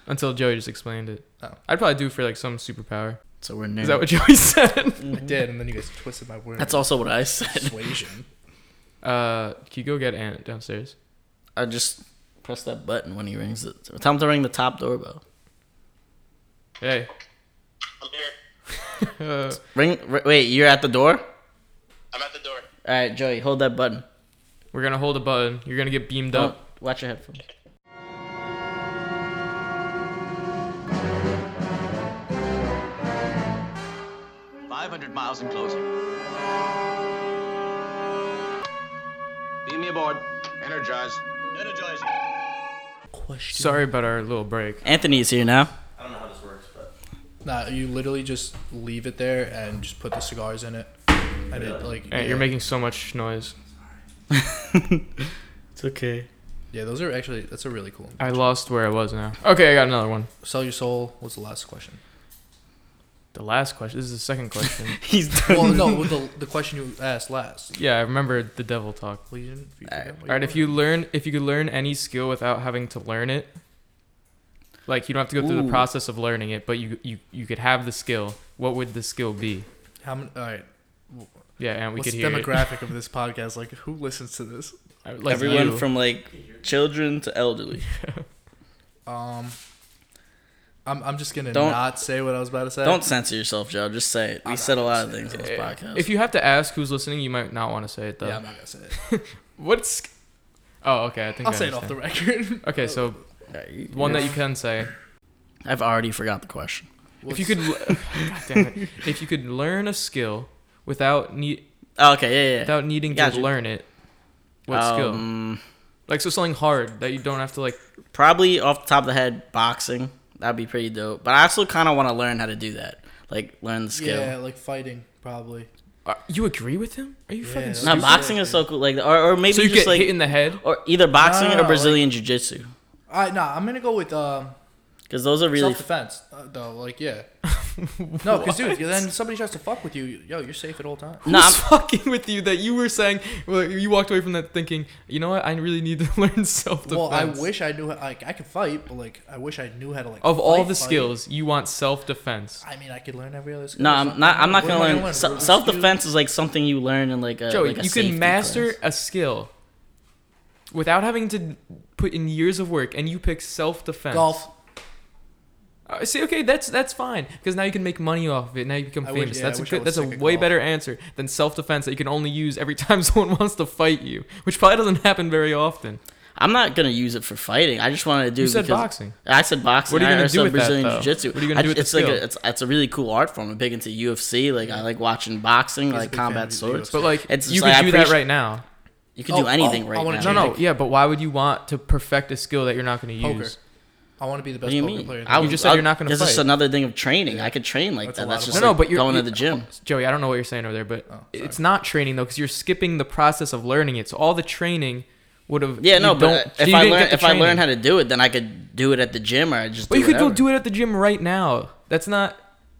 Speaker 3: until Joey just explained it.
Speaker 2: Oh.
Speaker 3: I'd probably do for like some superpower.
Speaker 1: So we're new.
Speaker 3: Is that what Joey said?
Speaker 2: I did, and then you guys twisted my word.
Speaker 1: Mm-hmm. That's also what I said.
Speaker 2: Persuasion.
Speaker 3: Uh, can you go get Ant downstairs?
Speaker 1: I just press that button when he rings it. Tell him to ring the top doorbell.
Speaker 3: Hey.
Speaker 4: I'm here.
Speaker 3: Uh,
Speaker 1: Ring. R- wait, you're at the door.
Speaker 4: I'm at the door.
Speaker 1: All right, Joey, hold that button.
Speaker 3: we're gonna hold a button. You're gonna get beamed
Speaker 1: Don't
Speaker 3: up.
Speaker 1: watch your headphones.
Speaker 5: Five hundred miles in closing. Leave me aboard. Energize. Energize.
Speaker 2: Question.
Speaker 3: Sorry about our little break.
Speaker 1: Anthony's here now.
Speaker 5: I don't know how this works, but
Speaker 2: Nah, you literally just leave it there and just put the cigars in it. And it like
Speaker 3: Ant,
Speaker 2: yeah.
Speaker 3: you're making so much noise.
Speaker 1: It's okay.
Speaker 2: Yeah, those are actually that's a really cool. One.
Speaker 3: I lost where I was now. Okay, I got another one.
Speaker 2: Sell your soul was the last question.
Speaker 3: The last question. This is the second question.
Speaker 1: He's done.
Speaker 2: Well, no, with the the question you asked last.
Speaker 3: yeah, I remember the devil talk.
Speaker 2: Well, you didn't. You
Speaker 1: All right.
Speaker 2: forgot what
Speaker 3: All right, if you learn, if you could learn any skill without having to learn it, like you don't have to go through the
Speaker 1: Ooh.
Speaker 3: process of learning it, but you you you could have the skill. What would the skill be?
Speaker 2: How many? All right.
Speaker 3: Yeah, and we
Speaker 2: What's
Speaker 3: could
Speaker 2: the
Speaker 3: hear it.
Speaker 2: demographic of this podcast? Like, who listens to this?
Speaker 3: I would like
Speaker 1: Everyone
Speaker 3: you.
Speaker 1: from like children to elderly.
Speaker 2: Um, I'm I'm just gonna
Speaker 1: Don't-
Speaker 2: not say what I was about to say.
Speaker 1: Don't censor yourself, Joe. Just say it. We said a lot of things on this
Speaker 3: Eh,
Speaker 1: podcast.
Speaker 3: If you have to ask who's listening, you might not want to say it though.
Speaker 2: Yeah, I'm not gonna say it.
Speaker 3: What's? Oh, okay. I think
Speaker 2: I'll
Speaker 3: I
Speaker 2: say it off the
Speaker 3: understand.
Speaker 2: record.
Speaker 3: Okay, so
Speaker 1: All right,
Speaker 3: one that you can say.
Speaker 1: I've already forgot the question.
Speaker 3: If you could, God damn it. if you could learn a skill without need
Speaker 1: Oh, okay, yeah, yeah.
Speaker 3: without needing to
Speaker 1: Gotcha.
Speaker 3: learn it? What skill?
Speaker 1: Um,
Speaker 3: Like so something hard that you don't have to like
Speaker 1: Probably off the top of the head, boxing. That'd be pretty dope. But I also kind of want to learn how to do that, like learn the skill.
Speaker 2: Yeah, like fighting probably.
Speaker 3: are- you agree with him? Are you fucking
Speaker 2: Yeah.
Speaker 3: stupid?
Speaker 1: Now
Speaker 2: Stupid.
Speaker 1: boxing is so cool, like or, or maybe
Speaker 3: so you
Speaker 1: just
Speaker 3: get
Speaker 1: like
Speaker 3: hit in the head?
Speaker 1: or either boxing
Speaker 2: No, no,
Speaker 1: or
Speaker 2: no,
Speaker 1: Brazilian jiu-jitsu
Speaker 2: I nah, I'm gonna go with um,
Speaker 1: because those are really
Speaker 2: self defense uh, though. Like yeah. no, because dude, then somebody tries to fuck with you. Yo, you're safe at all times.
Speaker 1: no. I'm,
Speaker 3: Who's fucking with you that you were saying well, you walked away from that thinking, you know what, I really need to learn self defense.
Speaker 2: Well, I wish I knew. how- Like I could fight, but like I wish I knew how to like.
Speaker 3: of all
Speaker 2: fight,
Speaker 3: the
Speaker 2: fight.
Speaker 3: skills, you want self defense.
Speaker 2: I mean, I could learn every other skill.
Speaker 1: no,
Speaker 2: or
Speaker 1: I'm
Speaker 2: something.
Speaker 1: not. I'm not
Speaker 2: What
Speaker 1: gonna
Speaker 2: am I
Speaker 1: learn. Se-
Speaker 2: Rubik's
Speaker 1: self-defense is like something you learn in like a
Speaker 3: Joey,
Speaker 1: like a
Speaker 3: you
Speaker 1: safety
Speaker 3: can master
Speaker 1: class.
Speaker 3: a skill without having to put in years of work, and you pick self
Speaker 2: cube?
Speaker 3: defense.
Speaker 2: golf.
Speaker 3: Uh, see, okay, that's that's fine because now you can make money off of it. Now you become
Speaker 2: I wish-
Speaker 3: famous.
Speaker 2: yeah, I
Speaker 3: that's a
Speaker 2: wish I
Speaker 3: good,
Speaker 2: was
Speaker 3: that's a
Speaker 2: sick at
Speaker 3: way
Speaker 2: golf.
Speaker 3: better answer than self defense that you can only use every time someone wants to fight you, which probably doesn't happen very often.
Speaker 1: I'm not gonna use it for fighting. I just wanted to do.
Speaker 3: You said
Speaker 1: because-
Speaker 3: boxing.
Speaker 1: I said boxing.
Speaker 3: What are you
Speaker 1: I-
Speaker 3: gonna
Speaker 1: I
Speaker 3: do
Speaker 1: said
Speaker 3: with that,
Speaker 1: Brazilian
Speaker 3: though?
Speaker 1: jiu-jitsu.
Speaker 3: What are you gonna
Speaker 1: I-
Speaker 3: do with the
Speaker 1: it's like a,
Speaker 3: skill?
Speaker 1: it's it's a really cool art form. I'm big into UFC. Like I like watching boxing,
Speaker 2: a
Speaker 1: like
Speaker 2: big fan of
Speaker 1: combat
Speaker 2: the
Speaker 1: swords.
Speaker 2: UFC.
Speaker 3: But like,
Speaker 1: It's-
Speaker 3: you
Speaker 1: it's
Speaker 3: could
Speaker 1: like, I
Speaker 3: do that
Speaker 1: appreciate-
Speaker 3: right now.
Speaker 1: You can
Speaker 2: Oh,
Speaker 1: do anything
Speaker 2: oh, I
Speaker 1: right
Speaker 2: wanna
Speaker 1: now.
Speaker 2: change
Speaker 3: No, no,
Speaker 2: Like-
Speaker 3: yeah, but why would you want to perfect a skill that you're not going to
Speaker 2: Poker.
Speaker 3: use?
Speaker 2: I want to be the
Speaker 1: What
Speaker 2: best
Speaker 1: do you
Speaker 2: poker
Speaker 1: mean?
Speaker 2: player. in the
Speaker 1: I
Speaker 2: world.
Speaker 1: would-
Speaker 3: just said
Speaker 1: I-
Speaker 3: you're not gonna
Speaker 1: This
Speaker 3: fight.
Speaker 1: is another thing of training. I could train like
Speaker 2: That's a
Speaker 1: that.
Speaker 2: lot
Speaker 1: That's
Speaker 2: of
Speaker 1: just
Speaker 2: money.
Speaker 1: no,
Speaker 2: No,
Speaker 1: like
Speaker 3: no, but you're-
Speaker 1: going to
Speaker 3: you- Oh,
Speaker 1: the gym.
Speaker 3: Joey, I don't know what you're saying over there, but
Speaker 2: Oh, sorry.
Speaker 3: it's not training though, because you're skipping the process of learning it. So all the training would have
Speaker 1: Yeah, no,
Speaker 3: you
Speaker 1: but
Speaker 3: don't-
Speaker 1: if
Speaker 3: you
Speaker 1: I
Speaker 3: didn't
Speaker 1: learn
Speaker 3: get the
Speaker 1: if I learn
Speaker 3: training.
Speaker 1: how to do it, then I could do it at the gym or I just.
Speaker 3: But
Speaker 1: do
Speaker 3: you could go
Speaker 1: whatever.
Speaker 3: do it at the gym right now. That's not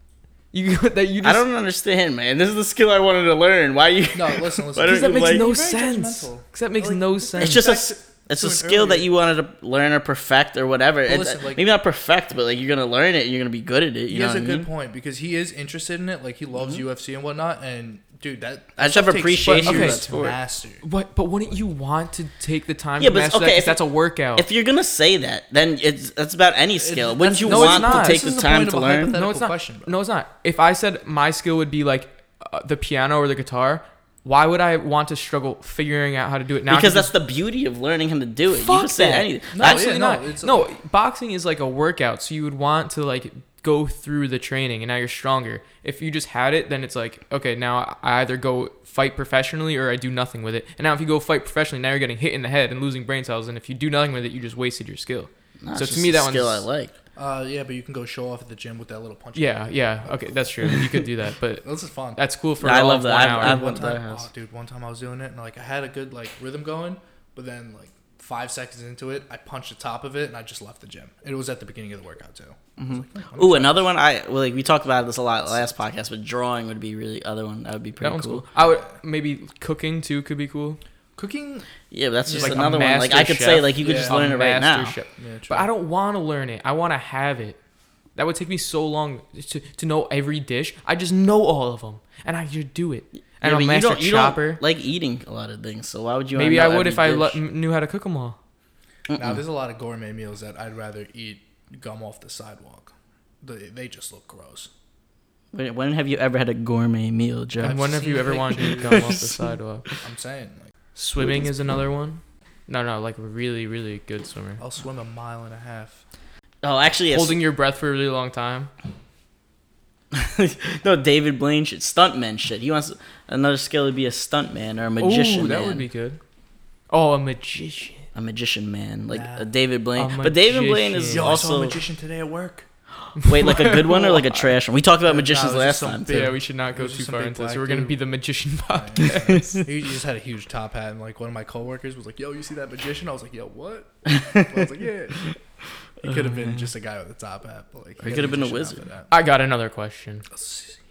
Speaker 3: you that you. Just,
Speaker 1: I don't understand, man. This is the skill I wanted to learn. Why you?
Speaker 2: No, listen, listen.
Speaker 1: Why don't
Speaker 3: Because that
Speaker 1: you,
Speaker 3: makes
Speaker 1: like-
Speaker 3: no
Speaker 2: You're very
Speaker 3: sense.
Speaker 2: judgmental.
Speaker 3: 'Cause that makes
Speaker 2: Like,
Speaker 3: no
Speaker 2: it's
Speaker 3: sense.
Speaker 1: It's just a
Speaker 2: Back
Speaker 1: s-
Speaker 2: to-
Speaker 1: it's
Speaker 2: to
Speaker 1: a
Speaker 2: an
Speaker 1: skill that
Speaker 2: earlier-
Speaker 1: you wanted to learn or perfect or whatever. It-
Speaker 2: listen, like-
Speaker 1: maybe not perfect, but like you're gonna learn it. You're gonna be good at it. You
Speaker 2: He
Speaker 1: know
Speaker 2: has
Speaker 1: what
Speaker 2: a
Speaker 1: I
Speaker 2: good
Speaker 1: mean?
Speaker 2: point because he is interested in it. Like he loves UFC and whatnot. And dude, that
Speaker 1: I just
Speaker 2: stuff
Speaker 1: have
Speaker 2: takes
Speaker 1: appreciation
Speaker 2: years
Speaker 3: for that
Speaker 2: to
Speaker 3: sport.
Speaker 2: master.
Speaker 3: But but wouldn't you want to take the time
Speaker 1: Yeah,
Speaker 3: to
Speaker 1: but it's-
Speaker 3: master that?
Speaker 1: okay,
Speaker 3: 'Cause
Speaker 1: if-
Speaker 3: that's a workout.
Speaker 1: If you're gonna say that, then it's that's about any skill. Wouldn't
Speaker 2: that's-
Speaker 1: you
Speaker 3: no, it's
Speaker 1: want
Speaker 3: not.
Speaker 1: to take
Speaker 3: This
Speaker 1: the
Speaker 2: is the
Speaker 1: time
Speaker 2: point of
Speaker 1: to
Speaker 2: a
Speaker 1: learn?
Speaker 2: hypothetical-
Speaker 3: no, it's not.
Speaker 2: question, bro.
Speaker 3: no, it's not. If I said my skill would be like uh, the piano or the guitar, why would I want to struggle figuring out how to do it now? I
Speaker 1: Because
Speaker 3: can just
Speaker 1: that's the beauty of learning how to do it. you
Speaker 3: Fuck
Speaker 1: can say
Speaker 3: that.
Speaker 1: anything.
Speaker 2: No,
Speaker 1: That's-
Speaker 2: yeah,
Speaker 3: Absolutely
Speaker 2: no,
Speaker 3: not.
Speaker 2: it's-
Speaker 3: no, boxing is like a workout, so you would want to like go through the training, and now you're stronger. If you just had it, then it's like okay, now I either go fight professionally or I do nothing with it. And now if you go fight professionally, now you're getting hit in the head and losing brain cells, and if you do nothing with it, you just wasted your skill.
Speaker 1: Nah,
Speaker 3: so
Speaker 1: it's
Speaker 3: to
Speaker 1: just
Speaker 3: me,
Speaker 1: a
Speaker 3: that
Speaker 1: skill I
Speaker 3: one's
Speaker 1: like.
Speaker 2: Uh, yeah, but you can go show off at the gym with that little punch.
Speaker 3: yeah, yeah, okay, that's true. You could do that, but
Speaker 2: this is fun.
Speaker 3: that's cool for
Speaker 1: Nah, I
Speaker 3: all
Speaker 1: love
Speaker 3: of
Speaker 1: that.
Speaker 3: one
Speaker 1: I've-
Speaker 3: hour.
Speaker 1: I've
Speaker 2: one
Speaker 1: went to that
Speaker 2: time,
Speaker 1: house.
Speaker 2: oh, dude, one time I was doing it and like I had a good like rhythm going, but then like five seconds into it, I punched the top of it and I just left the gym. It was at the beginning of the workout too.
Speaker 1: Ooh, another one. I well, like we talked about this a lot last podcast, but drawing would be really other one. That would be
Speaker 3: that
Speaker 1: pretty
Speaker 3: one's
Speaker 1: cool.
Speaker 3: cool. I would maybe cooking too could be cool.
Speaker 2: Cooking,
Speaker 1: Yeah, but that's just
Speaker 3: Like a
Speaker 1: another one. Like
Speaker 3: master
Speaker 1: I could
Speaker 3: chef.
Speaker 1: say, like you could just
Speaker 3: A
Speaker 1: learn it right now.
Speaker 3: master chef.
Speaker 2: Yeah, true.
Speaker 3: but I don't want to learn it. I want to have it. That would take me so long to, to know every dish. I just know all of them, and I just do it. And
Speaker 1: Yeah, but
Speaker 3: I'm a
Speaker 1: you
Speaker 3: master
Speaker 1: don't- you don't
Speaker 3: chopper.
Speaker 1: like eating a lot of things, so why would you? wanna
Speaker 3: Maybe
Speaker 1: know
Speaker 3: I would
Speaker 1: every
Speaker 3: if I lo-
Speaker 1: dish?
Speaker 3: knew how to cook them all.
Speaker 2: now there's a lot of gourmet meals that I'd rather eat gum off the sidewalk. They, they just look gross.
Speaker 1: when, when have you ever had a gourmet meal, Joe?
Speaker 3: And
Speaker 2: I've
Speaker 3: when have you
Speaker 2: seen
Speaker 3: ever wanted to eat gum off the sidewalk?
Speaker 2: I'm saying like
Speaker 3: Swimming is another one. No, no, like a really, really good swimmer.
Speaker 2: I'll swim a mile and a half.
Speaker 1: Oh, actually, Oh, yes.
Speaker 3: Holding your breath for a really long time.
Speaker 1: no David Blaine shit, stuntman shit. He wants another skill to be a stuntman or a magician.
Speaker 3: Ooh, that
Speaker 1: man.
Speaker 3: would be good. Oh, a magician.
Speaker 1: a magician man, like
Speaker 2: Nah.
Speaker 1: a David Blaine.
Speaker 3: A
Speaker 1: but David Blaine is
Speaker 3: magician.
Speaker 2: Yo, I saw a
Speaker 1: also
Speaker 2: magician today at work.
Speaker 1: wait, like a good one or like a trash one. We talked about
Speaker 2: Nah,
Speaker 1: magicians
Speaker 2: it was
Speaker 1: last
Speaker 2: just some
Speaker 1: time.
Speaker 2: big-
Speaker 1: Too.
Speaker 3: Yeah, we should not go
Speaker 2: Those are
Speaker 3: too
Speaker 2: some
Speaker 3: far
Speaker 2: big
Speaker 3: into this.
Speaker 2: black
Speaker 3: We're gonna
Speaker 2: dude.
Speaker 3: be the magician podcast.
Speaker 2: he just had a huge top hat, and like one of my coworkers was like, "Yo, you see that magician?" I was like, "Yo, what?" I was like, "Yeah." He could have been just a guy with a top hat, but like
Speaker 1: Oh, He could have been a wizard.
Speaker 3: I got another question.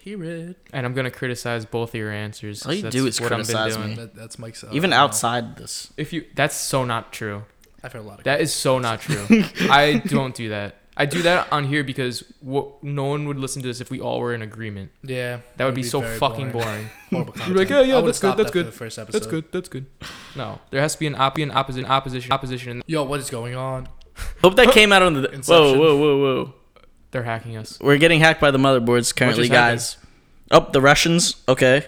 Speaker 2: He read.
Speaker 3: and I'm gonna criticize both of your answers.
Speaker 1: All you
Speaker 3: 'cause
Speaker 1: do
Speaker 3: that's
Speaker 1: is
Speaker 3: I've been
Speaker 1: criticize
Speaker 3: doing.
Speaker 1: me.
Speaker 2: That, that's Mike's. uh,
Speaker 1: Even
Speaker 2: no.
Speaker 1: outside this,
Speaker 3: If you, that's so not true.
Speaker 2: I've heard a lot of.
Speaker 3: That is so not true. I don't do that. I do that on here because wha- no one would listen to this if we all were in agreement.
Speaker 2: yeah,
Speaker 3: That
Speaker 2: it'd
Speaker 3: would be, so
Speaker 2: very
Speaker 3: fucking boring.
Speaker 2: Horrible
Speaker 3: You're
Speaker 2: content.
Speaker 3: like, yeah, yeah,
Speaker 2: I would've
Speaker 3: that's good,
Speaker 2: stopped
Speaker 3: that's
Speaker 2: after
Speaker 3: good,
Speaker 2: The first episode.
Speaker 3: That's good. That's good. No, there has to be an op, an opposite, opposition, opposition.
Speaker 2: Yo, what is going on?
Speaker 1: hope that came out on the. Whoa,
Speaker 2: Inception.
Speaker 1: whoa, whoa, whoa!
Speaker 3: They're hacking us.
Speaker 1: We're getting hacked by the motherboards currently,
Speaker 3: just happened?
Speaker 1: guys. Up the Russians, okay.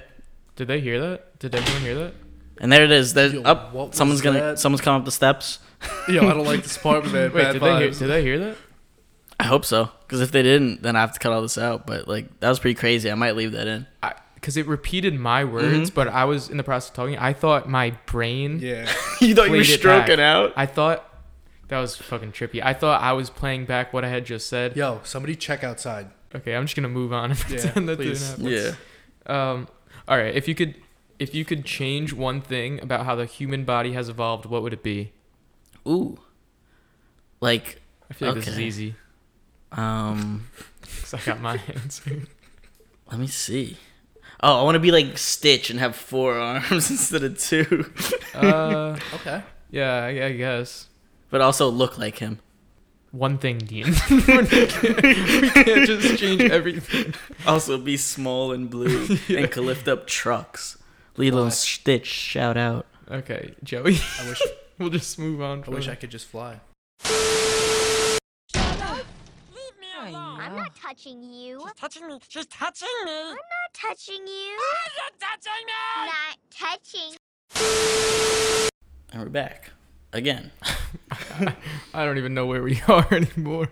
Speaker 3: Did they hear that? Did everyone hear that?
Speaker 1: And there it is. There's
Speaker 2: Yo, what
Speaker 1: up.
Speaker 2: was
Speaker 1: Someone's gonna.
Speaker 2: that?
Speaker 1: Someone's coming up the steps.
Speaker 2: Yo, I don't like this part, man.
Speaker 3: Wait,
Speaker 2: Bad
Speaker 3: did they hear?
Speaker 2: vibes.
Speaker 3: Did they hear that?
Speaker 1: I hope so. Because if they didn't, then I have to cut all this out. But like that was pretty crazy. I might leave that in.
Speaker 3: I, because it repeated my words,
Speaker 1: Mm-hmm.
Speaker 3: but I was in the process of talking. I thought my brain
Speaker 2: Yeah.
Speaker 1: you thought you were
Speaker 3: played it
Speaker 1: stroking
Speaker 3: back.
Speaker 1: out?
Speaker 3: I thought that was fucking trippy. I thought I was playing back what I had just said.
Speaker 2: Yo, somebody check outside.
Speaker 3: Okay, I'm just gonna move on. and
Speaker 2: Yeah,
Speaker 3: pretend that didn't
Speaker 2: please.
Speaker 3: happen.
Speaker 1: yeah.
Speaker 3: Um, all right. If you could, if you could change one thing about how the human body has evolved, what would it be?
Speaker 1: Ooh. Like,
Speaker 3: I feel like this is
Speaker 1: Okay.
Speaker 3: easy
Speaker 1: um,
Speaker 3: because I got my answer.
Speaker 1: let me see. Oh, I want to be like Stitch and have four arms instead of two,
Speaker 3: Uh,
Speaker 2: Okay.
Speaker 3: yeah, I, I guess
Speaker 1: but also look like him.
Speaker 3: one thing, Dean. we can't just change everything.
Speaker 1: Also be small and blue and can lift up trucks. Lilo and Stitch, shout out.
Speaker 3: Okay, Joey.
Speaker 2: I wish
Speaker 3: We'll just move on.
Speaker 2: I wish I could just fly.
Speaker 6: Leave me alone.
Speaker 7: I'm not touching you.
Speaker 6: She's touching me. She's touching me.
Speaker 7: I'm not touching you.
Speaker 6: She's touching me.
Speaker 7: Not touching.
Speaker 1: And we're back. Again.
Speaker 3: I don't even know where we are anymore.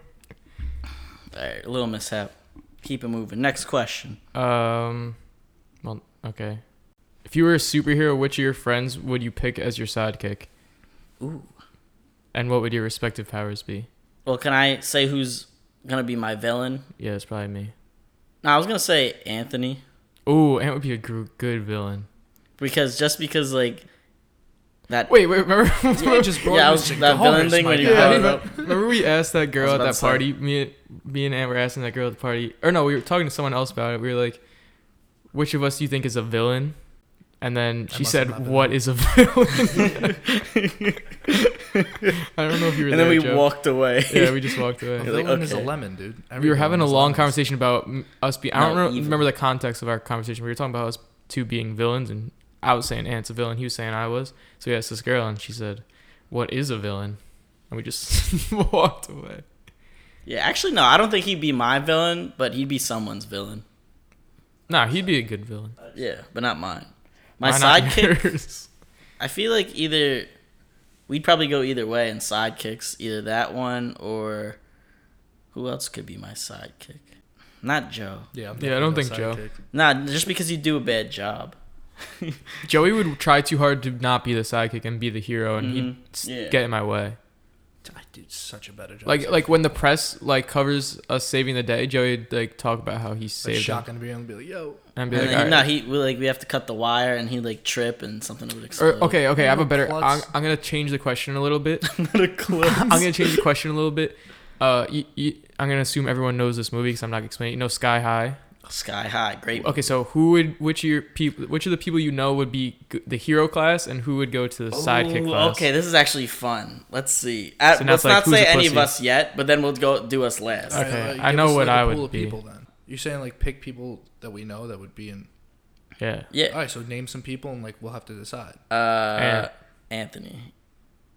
Speaker 1: All right, little mishap. Keep it moving. Next question.
Speaker 3: Um, well, okay. If you were a superhero, which of your friends would you pick as your sidekick?
Speaker 1: Ooh.
Speaker 3: And what would your respective powers be?
Speaker 1: Well, can I say who's gonna be my villain?
Speaker 3: Yeah, it's probably me.
Speaker 1: No, I was gonna say Anthony
Speaker 3: Ooh, Ant would be a gr- good villain.
Speaker 1: because just because like that.
Speaker 3: Wait, wait, remember?
Speaker 2: You just brought
Speaker 1: yeah, I
Speaker 2: me
Speaker 1: was
Speaker 2: to
Speaker 1: that villain
Speaker 2: dollars,
Speaker 1: thing
Speaker 2: my
Speaker 1: when you
Speaker 2: guy.
Speaker 1: brought it
Speaker 3: remember,
Speaker 1: up.
Speaker 3: remember we asked that girl
Speaker 1: I
Speaker 3: at
Speaker 1: was about
Speaker 3: that
Speaker 1: to say.
Speaker 3: party. Me, me and Ant were asking that girl at the party, or no, we were talking to someone else about it. We were like, "Which of us do you think is a villain?" And then she
Speaker 2: must have not
Speaker 3: said,
Speaker 2: been
Speaker 3: "What is a villain?" I don't know if you were
Speaker 1: And then
Speaker 3: there,
Speaker 1: we
Speaker 3: Joe.
Speaker 1: walked away.
Speaker 3: Yeah, we just walked away.
Speaker 2: A
Speaker 1: You're like,
Speaker 2: villain is a
Speaker 1: okay.
Speaker 2: lemon, dude. Every
Speaker 3: we were having
Speaker 2: villain
Speaker 3: a
Speaker 2: is
Speaker 3: long
Speaker 2: lemons.
Speaker 3: conversation about m- us being. I
Speaker 1: No,
Speaker 3: don't re-
Speaker 1: evil.
Speaker 3: remember the context of our conversation. We were talking about us two being villains, and I was saying Ant's a villain. He was saying I was. So we asked this girl, and she said, "What is a villain?" And we just walked away.
Speaker 1: yeah, actually, no, I don't think he'd be my villain, but he'd be someone's villain.
Speaker 3: Nah, he'd be a good villain.
Speaker 1: Yeah, but not mine. My
Speaker 3: Why not
Speaker 1: sidekick.
Speaker 3: yours?
Speaker 1: I feel like either we'd probably go either way in sidekicks, either that one or who else could be my sidekick? Not Joe.
Speaker 2: Yeah, I'm
Speaker 3: Yeah, I don't
Speaker 2: definitely
Speaker 3: think
Speaker 2: the sidekick.
Speaker 1: Nah, just because you do a bad job.
Speaker 3: Joey would try too hard to not be the sidekick and be the hero, and he'd s-
Speaker 1: Mm-hmm. Yeah.
Speaker 3: get in my way.
Speaker 2: I did such a better job.
Speaker 3: Like like when the press like covers us saving the day, Joey would like talk about how he
Speaker 2: like
Speaker 3: saved them
Speaker 2: shocking to be able to be like, yo,
Speaker 3: and be
Speaker 1: And
Speaker 3: like,
Speaker 1: then,
Speaker 3: "All
Speaker 1: no,
Speaker 3: right."
Speaker 1: he we, like we have to cut the wire, and he like trip, and something would
Speaker 3: Or,
Speaker 1: explode.
Speaker 3: Er, okay, okay, I have a better.
Speaker 2: Klutz.
Speaker 3: I'm, I'm gonna change the question a little bit.
Speaker 1: I'm
Speaker 3: I'm gonna change the question a little bit. Uh, y y I'm gonna assume everyone knows this movie because I'm not explaining. it. You know, Sky High.
Speaker 1: Sky high, great.
Speaker 3: Okay, so who would which of your people, which of the people you know would be g- the hero class, and who would go to the sidekick
Speaker 1: Ooh,
Speaker 3: class?
Speaker 1: Okay, this is actually fun. Let's see. Uh,
Speaker 3: So now
Speaker 1: let's
Speaker 3: it's like,
Speaker 1: not
Speaker 3: who's
Speaker 1: say
Speaker 3: a
Speaker 1: any of
Speaker 3: pussy?
Speaker 1: us yet, but then we'll go do us last.
Speaker 2: All right,
Speaker 3: Okay,
Speaker 2: uh, you
Speaker 3: I
Speaker 2: give
Speaker 3: know
Speaker 2: us,
Speaker 3: what
Speaker 2: like, a
Speaker 3: I would
Speaker 2: pool of
Speaker 3: be.
Speaker 2: People, then you're saying like pick people that we know that would be in.
Speaker 3: Yeah.
Speaker 2: All
Speaker 1: Yeah,
Speaker 2: right, so name some people and like we'll have to decide.
Speaker 1: uh,
Speaker 3: Ant.
Speaker 1: Anthony.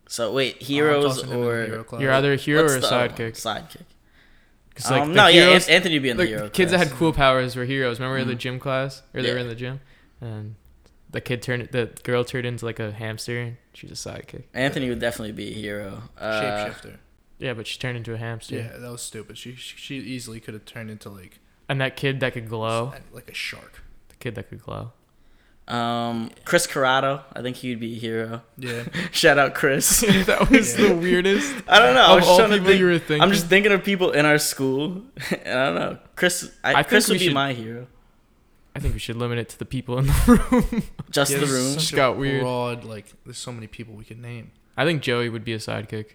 Speaker 1: So wait,
Speaker 2: Oh, I'm
Speaker 1: heroes
Speaker 2: tossing him in the
Speaker 1: or
Speaker 2: hero class.
Speaker 3: You're either a hero
Speaker 1: what's
Speaker 3: or a
Speaker 1: the other one?
Speaker 3: sidekick.
Speaker 1: Sidekick.
Speaker 3: 'Cause, like,
Speaker 1: um,
Speaker 3: the
Speaker 1: no,
Speaker 3: heroes-
Speaker 1: yeah, An- Anthony would be in the,
Speaker 3: the
Speaker 1: hero
Speaker 3: kids that
Speaker 1: class. Mm-hmm.
Speaker 3: had cool powers were heroes. Remember in the gym class, or they were
Speaker 1: Yeah.
Speaker 3: in the gym, and the kid turned the girl turned into like a hamster, and she's a sidekick.
Speaker 1: Anthony would definitely be a hero. Uh,
Speaker 2: Shapeshifter.
Speaker 3: Yeah, but she turned into a hamster.
Speaker 2: Yeah, that was stupid. She she she easily could have turned into like
Speaker 3: And that kid that could glow,
Speaker 2: like a shark.
Speaker 3: the kid that could glow.
Speaker 1: um, Chris Corrado. I think he'd be a hero.
Speaker 2: Yeah,
Speaker 1: Shout out, Chris.
Speaker 3: that was
Speaker 2: Yeah.
Speaker 3: the weirdest.
Speaker 1: I don't know. I
Speaker 3: Of
Speaker 1: was
Speaker 3: all
Speaker 1: trying to
Speaker 3: people
Speaker 1: think-
Speaker 3: you were thinking?
Speaker 1: I'm just thinking of people in our school. and I don't know. Chris. I,
Speaker 3: I think
Speaker 1: Chris
Speaker 3: we
Speaker 1: would be
Speaker 3: should-
Speaker 1: my hero.
Speaker 3: I think we should limit it to the people in the room.
Speaker 1: Just the
Speaker 2: There's
Speaker 1: room.
Speaker 2: such a
Speaker 3: got weird.
Speaker 2: Broad like there's so many people we could name.
Speaker 3: I think Joey would be a sidekick.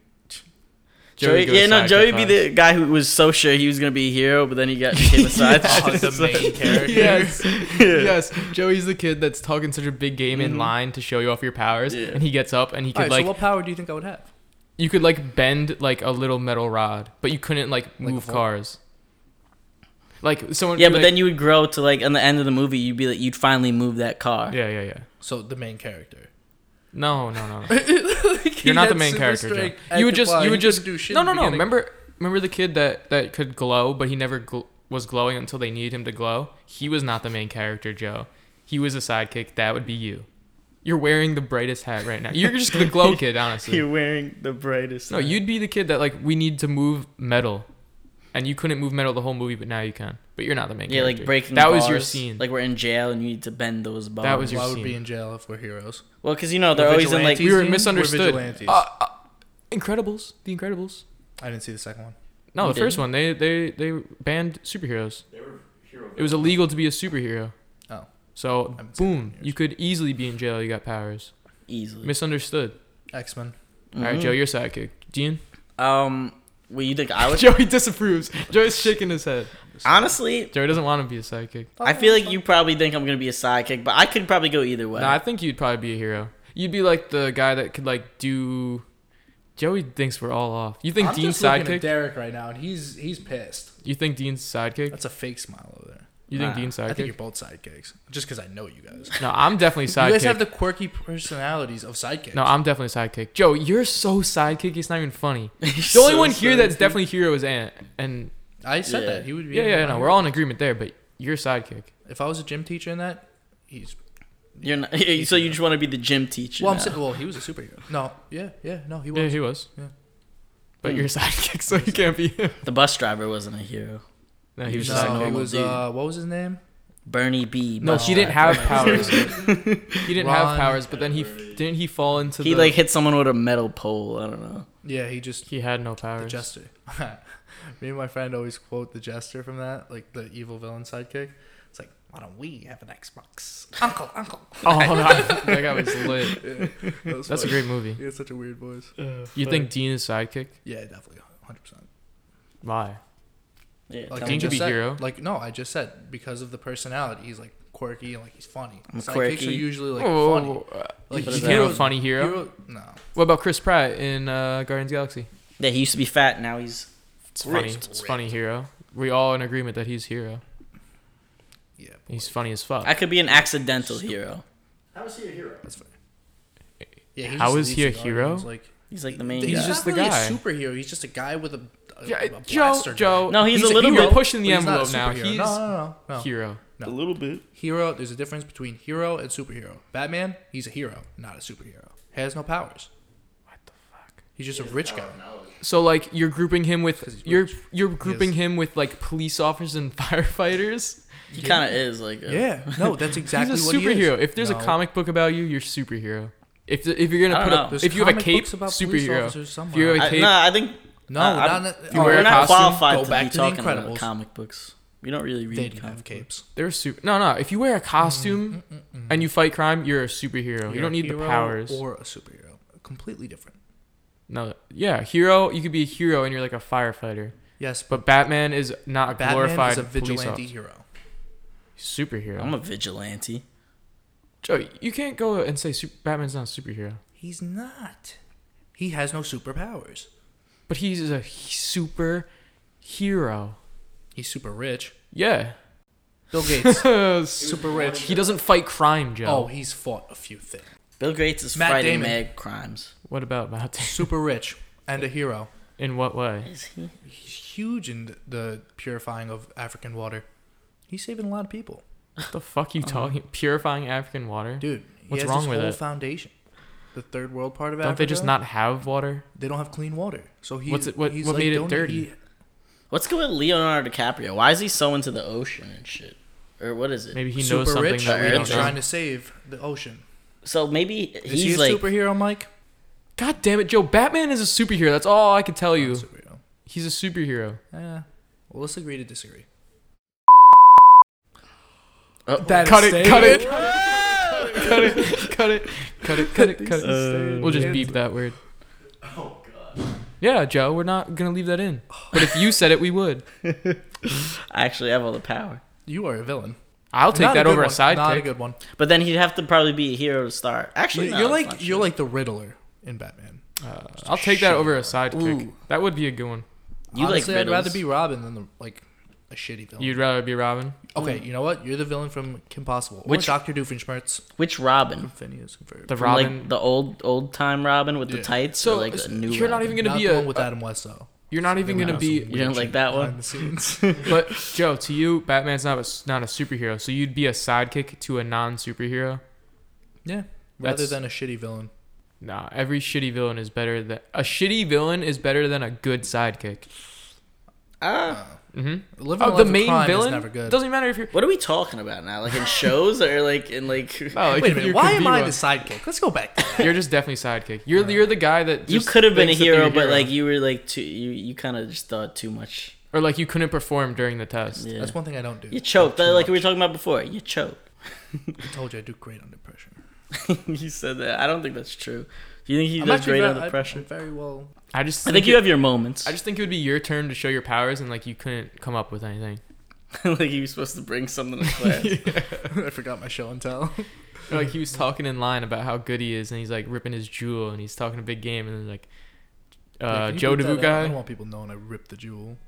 Speaker 1: Joey,
Speaker 3: goes
Speaker 1: yeah, no,
Speaker 3: sidekick
Speaker 1: Joey be
Speaker 3: vibes.
Speaker 1: the guy who was so sure he was gonna be a hero, but then he got became a side.
Speaker 2: character.
Speaker 3: Yes, yes. Joey's the kid that's talking such a big game in line to show you off your powers,
Speaker 1: Mm-hmm. Yeah.
Speaker 3: and he gets up and he could
Speaker 2: Alright,
Speaker 3: like
Speaker 2: so what power do you think I would have?
Speaker 3: you could like bend like a little metal rod, but you couldn't like
Speaker 2: a
Speaker 3: move
Speaker 2: vault?
Speaker 3: cars. Like someone.
Speaker 1: Yeah,
Speaker 3: could,
Speaker 1: but
Speaker 3: like-
Speaker 1: then you would grow to like on the end of the movie, you'd be like, you'd finally move that car.
Speaker 3: Yeah, yeah, yeah.
Speaker 2: So the main character.
Speaker 3: No, no, no. no. You're not the main character. Joe. You would just, you would just. no, no, no. Remember, remember the kid that that could glow, but he never gl- was glowing until they needed him to glow. He was not the main character, Joe. He was a sidekick. That would be you. You're wearing the brightest hat right now. You're just the glow kid, honestly.
Speaker 1: wearing the brightest.
Speaker 3: No, you'd be the kid that like we need to move metal, and you couldn't move metal the whole movie, but now you can. But you're not the main
Speaker 1: Yeah,
Speaker 3: character.
Speaker 1: like breaking.
Speaker 3: That was your
Speaker 1: bars,
Speaker 3: scene.
Speaker 1: Like oh, we're in jail and you need to bend those bars.
Speaker 3: was your
Speaker 2: Why would we
Speaker 3: scene.
Speaker 2: be in jail if we're heroes?
Speaker 1: well, because you know they're always in like
Speaker 2: vigilantes?
Speaker 3: we were
Speaker 2: We're
Speaker 3: misunderstood.
Speaker 2: vigilantes.
Speaker 3: Uh, uh, Incredibles, The Incredibles.
Speaker 2: I didn't see the second one.
Speaker 3: No,
Speaker 1: You
Speaker 3: the first
Speaker 1: didn't?
Speaker 3: one they they they banned superheroes. They were hero it was illegal to be a superhero.
Speaker 2: Oh,
Speaker 3: So
Speaker 2: haven't seen that in
Speaker 3: boom, you could easily be in jail. You got powers.
Speaker 1: easily.
Speaker 3: Misunderstood.
Speaker 2: X Men.
Speaker 3: All
Speaker 2: Mm-hmm.
Speaker 3: right, Joe, you're sidekick. Dean.
Speaker 1: um, well, you think I would?
Speaker 3: Joey disapproves. Joey's shaking his head.
Speaker 1: Honestly,
Speaker 3: Joey doesn't want to be a sidekick.
Speaker 1: I feel like you probably think I'm gonna be a sidekick, but I could probably go either way.
Speaker 3: No, I think you'd probably be a hero. You'd be like the guy that could like do. Joey thinks we're all off. You think
Speaker 2: I'm
Speaker 3: Dean's
Speaker 2: just looking at
Speaker 3: sidekick?
Speaker 2: Derek right now, and he's he's pissed.
Speaker 3: You think Dean's sidekick?
Speaker 2: That's a fake smile over there.
Speaker 3: You think
Speaker 1: Nah,
Speaker 3: Dean's
Speaker 2: I think you're
Speaker 3: sidekick?
Speaker 2: both sidekicks, just because I know you guys.
Speaker 3: No, I'm definitely sidekick.
Speaker 2: You guys have the quirky personalities of sidekicks.
Speaker 3: No, I'm definitely sidekick. Joe, you're so sidekick. It's not even funny. the only
Speaker 1: so
Speaker 3: one here that's
Speaker 1: sidekick.
Speaker 3: definitely hero is Ant. And
Speaker 2: I said
Speaker 1: Yeah.
Speaker 2: that he would be.
Speaker 3: yeah,
Speaker 2: in
Speaker 3: yeah,
Speaker 2: my-
Speaker 3: no, we're all in agreement there. But you're sidekick.
Speaker 2: If I was a gym teacher in that, he's.
Speaker 1: You're not. so you just want to be the gym teacher?
Speaker 2: Well, I'm
Speaker 1: now.
Speaker 2: saying, well, he was a superhero. No, yeah, yeah, no, he was.
Speaker 3: Yeah, he was.
Speaker 2: Yeah.
Speaker 3: But you're sidekick, so you can't be him.
Speaker 1: the bus driver wasn't a hero.
Speaker 3: No, he was
Speaker 2: no,
Speaker 3: just
Speaker 1: like a
Speaker 2: it
Speaker 1: normal
Speaker 2: was
Speaker 1: dude.
Speaker 2: uh, what was his name?
Speaker 1: Bernie B.
Speaker 3: No,
Speaker 1: bus
Speaker 3: he didn't
Speaker 1: driver.
Speaker 3: have powers. he didn't have
Speaker 2: Ron.
Speaker 3: powers, but then he didn't he fall into
Speaker 1: He
Speaker 3: the
Speaker 1: like hit someone with a metal pole. I don't know.
Speaker 2: Yeah, he just
Speaker 3: he had no powers.
Speaker 2: the jester. Me and my friend always quote the jester from that, like the evil villain sidekick. It's like, why don't we have an Xbox, Uncle? Uncle.
Speaker 3: Oh, that, that guy was lit.
Speaker 2: That was
Speaker 3: That's a
Speaker 2: funny.
Speaker 3: great movie.
Speaker 2: He had such a weird voice.
Speaker 3: You think Dean is sidekick?
Speaker 2: Yeah, definitely, hundred percent.
Speaker 3: Why?
Speaker 1: Yeah,
Speaker 2: Like
Speaker 1: tell
Speaker 2: I
Speaker 1: me.
Speaker 3: Dean
Speaker 2: just
Speaker 3: could be
Speaker 2: said,
Speaker 3: hero.
Speaker 2: Like no, I just said because of the personality, he's like quirky and like he's funny.
Speaker 1: I'm
Speaker 2: Sidekicks
Speaker 1: quirky.
Speaker 2: are usually like funny.
Speaker 3: oh,
Speaker 2: Like
Speaker 3: you
Speaker 1: he's
Speaker 3: can't have a
Speaker 2: heroes-
Speaker 3: funny hero.
Speaker 2: Hero- no,
Speaker 3: What about Chris Pratt in uh, Guardians of the Galaxy?
Speaker 1: yeah, he used to be fat. Now he's.
Speaker 3: It's funny. It's funny hero. We all in agreement that he's hero.
Speaker 2: yeah, but
Speaker 3: He's funny as fuck.
Speaker 1: I could be an accidental hero.
Speaker 5: How is he a hero?
Speaker 2: that's funny. Yeah, he
Speaker 3: How
Speaker 2: just
Speaker 3: is he
Speaker 2: leaves
Speaker 3: a
Speaker 2: the Guardians,
Speaker 3: hero?
Speaker 2: Like
Speaker 1: He's like the main.
Speaker 2: he's
Speaker 1: guy.
Speaker 2: just
Speaker 3: the
Speaker 2: not really
Speaker 3: guy.
Speaker 2: a superhero. He's just a guy with a, a,
Speaker 3: Yeah,
Speaker 2: a
Speaker 3: Joe,
Speaker 2: blaster gun.
Speaker 3: Joe.
Speaker 1: No, he's a little
Speaker 3: hero.
Speaker 1: bit-
Speaker 3: pushing the
Speaker 2: But he's not a
Speaker 3: envelope now.
Speaker 2: superhero.
Speaker 3: He's
Speaker 2: no, no, no, no.
Speaker 3: hero.
Speaker 2: A
Speaker 1: little bit.
Speaker 2: Hero. There's a difference between hero and superhero. Batman, he's a hero, not a superhero. Has no powers.
Speaker 3: What the fuck?
Speaker 2: He's just a rich guy.
Speaker 3: So like you're grouping him with
Speaker 2: he's
Speaker 3: you're
Speaker 2: rich.
Speaker 3: you're grouping
Speaker 2: is.
Speaker 3: him with like police officers and firefighters.
Speaker 1: He kind of is like. A,
Speaker 2: Yeah, no, that's exactly
Speaker 3: he's a
Speaker 2: what he is.
Speaker 3: superhero. If there's
Speaker 2: No.
Speaker 3: a comic book about you, you're superhero. If the, if you're
Speaker 1: I
Speaker 3: gonna
Speaker 1: don't
Speaker 3: put up
Speaker 1: know.
Speaker 2: There's
Speaker 3: if you have a
Speaker 2: comic
Speaker 3: cape,
Speaker 2: books about police
Speaker 3: superhero.
Speaker 2: officers
Speaker 3: If you have
Speaker 1: I,
Speaker 3: a cape,
Speaker 1: no, I think
Speaker 2: No,
Speaker 1: I-
Speaker 2: not
Speaker 1: I'm-
Speaker 2: in- oh,
Speaker 3: you wear
Speaker 1: we're
Speaker 3: a
Speaker 1: not
Speaker 3: costume,
Speaker 2: go
Speaker 1: qualified to
Speaker 2: back
Speaker 1: be
Speaker 2: to The
Speaker 1: talking about
Speaker 2: Incredibles.
Speaker 1: comic books. We don't really read
Speaker 2: They didn't
Speaker 1: comic
Speaker 2: have
Speaker 1: books.
Speaker 2: capes.
Speaker 3: they're super. No, no. If you wear a
Speaker 2: Mm,
Speaker 3: costume and you fight crime, you're a superhero. you
Speaker 2: You're
Speaker 3: don't
Speaker 2: a
Speaker 3: need the
Speaker 2: hero
Speaker 3: powers.
Speaker 2: Or a superhero. Completely different.
Speaker 3: no, yeah, hero. You could be a hero and you're like a firefighter.
Speaker 2: Yes, but
Speaker 3: But Batman is not a
Speaker 2: Batman
Speaker 3: glorified
Speaker 2: is a
Speaker 3: police
Speaker 2: vigilante
Speaker 3: officer.
Speaker 2: hero.
Speaker 3: Superhero.
Speaker 1: I'm a vigilante.
Speaker 3: Joe, you can't go and say super- Batman's not a superhero.
Speaker 2: He's not. He has no superpowers.
Speaker 3: But he's a super hero.
Speaker 2: He's super rich.
Speaker 3: Yeah.
Speaker 2: Bill Gates,
Speaker 3: super
Speaker 2: rich.
Speaker 3: He doesn't fight crime,
Speaker 2: Oh,
Speaker 3: Joe.
Speaker 2: he's fought a few things.
Speaker 1: Bill Gates is
Speaker 2: Matt
Speaker 1: fighting
Speaker 2: Damon.
Speaker 1: mad crimes.
Speaker 3: What about Matt?
Speaker 2: Super rich and a hero.
Speaker 3: In what way?
Speaker 1: Is he?
Speaker 2: He's huge in the purifying of African water. He's saving a lot of people,
Speaker 3: What the fuck you talking? Purifying African water?
Speaker 2: Uh-huh. dude. He
Speaker 3: What's
Speaker 2: has
Speaker 3: wrong
Speaker 2: this
Speaker 3: with
Speaker 2: whole
Speaker 3: it?
Speaker 2: Foundation, the third world part of
Speaker 3: Don't
Speaker 2: Africa.
Speaker 3: they just not have water?
Speaker 2: They don't have clean water. So he.
Speaker 3: What's it- what-
Speaker 2: he's
Speaker 3: what
Speaker 2: like,
Speaker 3: made it
Speaker 2: don't-
Speaker 3: dirty?
Speaker 2: he-
Speaker 1: What's good with Leonardo DiCaprio? Why is he so into the ocean and shit? Or what is it?
Speaker 3: Maybe he
Speaker 2: super
Speaker 3: knows something
Speaker 2: rich
Speaker 3: that we
Speaker 1: and
Speaker 2: and
Speaker 3: don't
Speaker 2: trying
Speaker 3: know.
Speaker 2: to save the ocean.
Speaker 1: So maybe
Speaker 2: Is
Speaker 1: he's
Speaker 2: he a
Speaker 1: like
Speaker 2: superhero, Mike?
Speaker 3: God damn it, Joe. Batman is a superhero. That's all I can tell you.
Speaker 2: Superhero.
Speaker 3: He's a superhero.
Speaker 2: Eh, well, let's agree to disagree.
Speaker 1: Oh,
Speaker 3: Cut it, cut it. Cut it, cut it, cut it, cut it, cut
Speaker 1: Uh,
Speaker 3: it. We'll just beep that word.
Speaker 5: Oh, God.
Speaker 3: Yeah, Joe, we're not gonna leave that in. But if you said it, we would.
Speaker 1: I actually have all the power.
Speaker 2: You are a villain.
Speaker 3: I'll take
Speaker 2: Not
Speaker 3: that
Speaker 2: good
Speaker 3: over a
Speaker 2: one. Not a
Speaker 3: sidekick.
Speaker 2: good one.
Speaker 1: But then he'd have to probably be a hero to start. Actually,
Speaker 2: You-
Speaker 1: no,
Speaker 2: you're
Speaker 1: that's
Speaker 2: like
Speaker 1: not
Speaker 2: you're
Speaker 1: true.
Speaker 2: like the Riddler in Batman.
Speaker 3: Uh, I'll take that over a sidekick.
Speaker 1: Ooh.
Speaker 3: That would be a good one.
Speaker 1: you
Speaker 2: Honestly,
Speaker 1: like
Speaker 2: I'd rather
Speaker 1: riddles.
Speaker 2: be Robin than the, like a shitty villain.
Speaker 3: You'd rather be Robin?
Speaker 2: okay, you know what? You're the villain from Kim Possible.
Speaker 1: Which-
Speaker 2: Which Doctor Doofenshmirtz?
Speaker 1: which Robin?
Speaker 2: Phineas and Ferb.
Speaker 3: The
Speaker 1: From,
Speaker 3: Robin.
Speaker 1: like the old old time Robin with the
Speaker 2: Yeah.
Speaker 1: tights.
Speaker 3: so
Speaker 1: or like the
Speaker 3: so
Speaker 1: new.
Speaker 3: you're not
Speaker 1: Robin?
Speaker 3: even gonna
Speaker 2: Not
Speaker 3: be
Speaker 2: the
Speaker 3: a.
Speaker 2: one with Adam West though.
Speaker 3: You're not even gonna be.
Speaker 1: You didn't like that
Speaker 2: Behind
Speaker 1: one?
Speaker 2: the scenes.
Speaker 3: But Joe, to you, Batman's not a, not a superhero, so you'd be a sidekick to a non-superhero.
Speaker 2: yeah. Rather
Speaker 3: That's-
Speaker 2: than a shitty villain.
Speaker 3: Nah, every shitty villain is better than a shitty villain is better than a good sidekick.
Speaker 1: Uh,
Speaker 2: Living a
Speaker 3: Oh,
Speaker 2: life
Speaker 3: the
Speaker 2: of
Speaker 3: main
Speaker 2: crime is
Speaker 3: villain
Speaker 2: never good.
Speaker 3: doesn't matter if you're.
Speaker 1: what are we talking about now? Like in shows or like in like?
Speaker 3: Oh,
Speaker 2: Wait a
Speaker 3: you
Speaker 2: minute.
Speaker 3: could
Speaker 2: Why
Speaker 3: be
Speaker 2: am I
Speaker 3: one.
Speaker 2: the sidekick? Let's go back. To that.
Speaker 3: You're just definitely sidekick. You're you're the guy that
Speaker 1: you
Speaker 3: just
Speaker 1: could have been a
Speaker 3: thinks that you're
Speaker 1: hero, but like you were like too. You you kind of just thought too much.
Speaker 3: or like you couldn't perform during the test.
Speaker 1: Yeah.
Speaker 2: That's one thing I don't do.
Speaker 1: You choked.
Speaker 2: Too
Speaker 1: Like we were
Speaker 2: much.
Speaker 1: talking about before. You choked.
Speaker 2: I told you I do great under pressure.
Speaker 1: you said that. I don't think that's true. Do you think he
Speaker 2: I'm
Speaker 1: does
Speaker 2: actually
Speaker 1: great
Speaker 2: ve-
Speaker 1: under
Speaker 2: I-
Speaker 1: pressure?
Speaker 2: I'm very well.
Speaker 3: I just
Speaker 1: I think you
Speaker 3: it-
Speaker 1: have your moments.
Speaker 3: I just think it would be your turn to show your powers and like you couldn't come up with anything.
Speaker 1: like you were supposed to bring something to class.
Speaker 2: I forgot my show and tell.
Speaker 3: Or, like he was talking in line about how good he is and he's like ripping his jewel and he's talking a big game and then like
Speaker 2: Yeah,
Speaker 3: uh,
Speaker 2: can you
Speaker 3: Joe
Speaker 2: beat that
Speaker 3: DeBu
Speaker 2: out? I don't
Speaker 3: guy.
Speaker 2: want people knowing I ripped the jewel.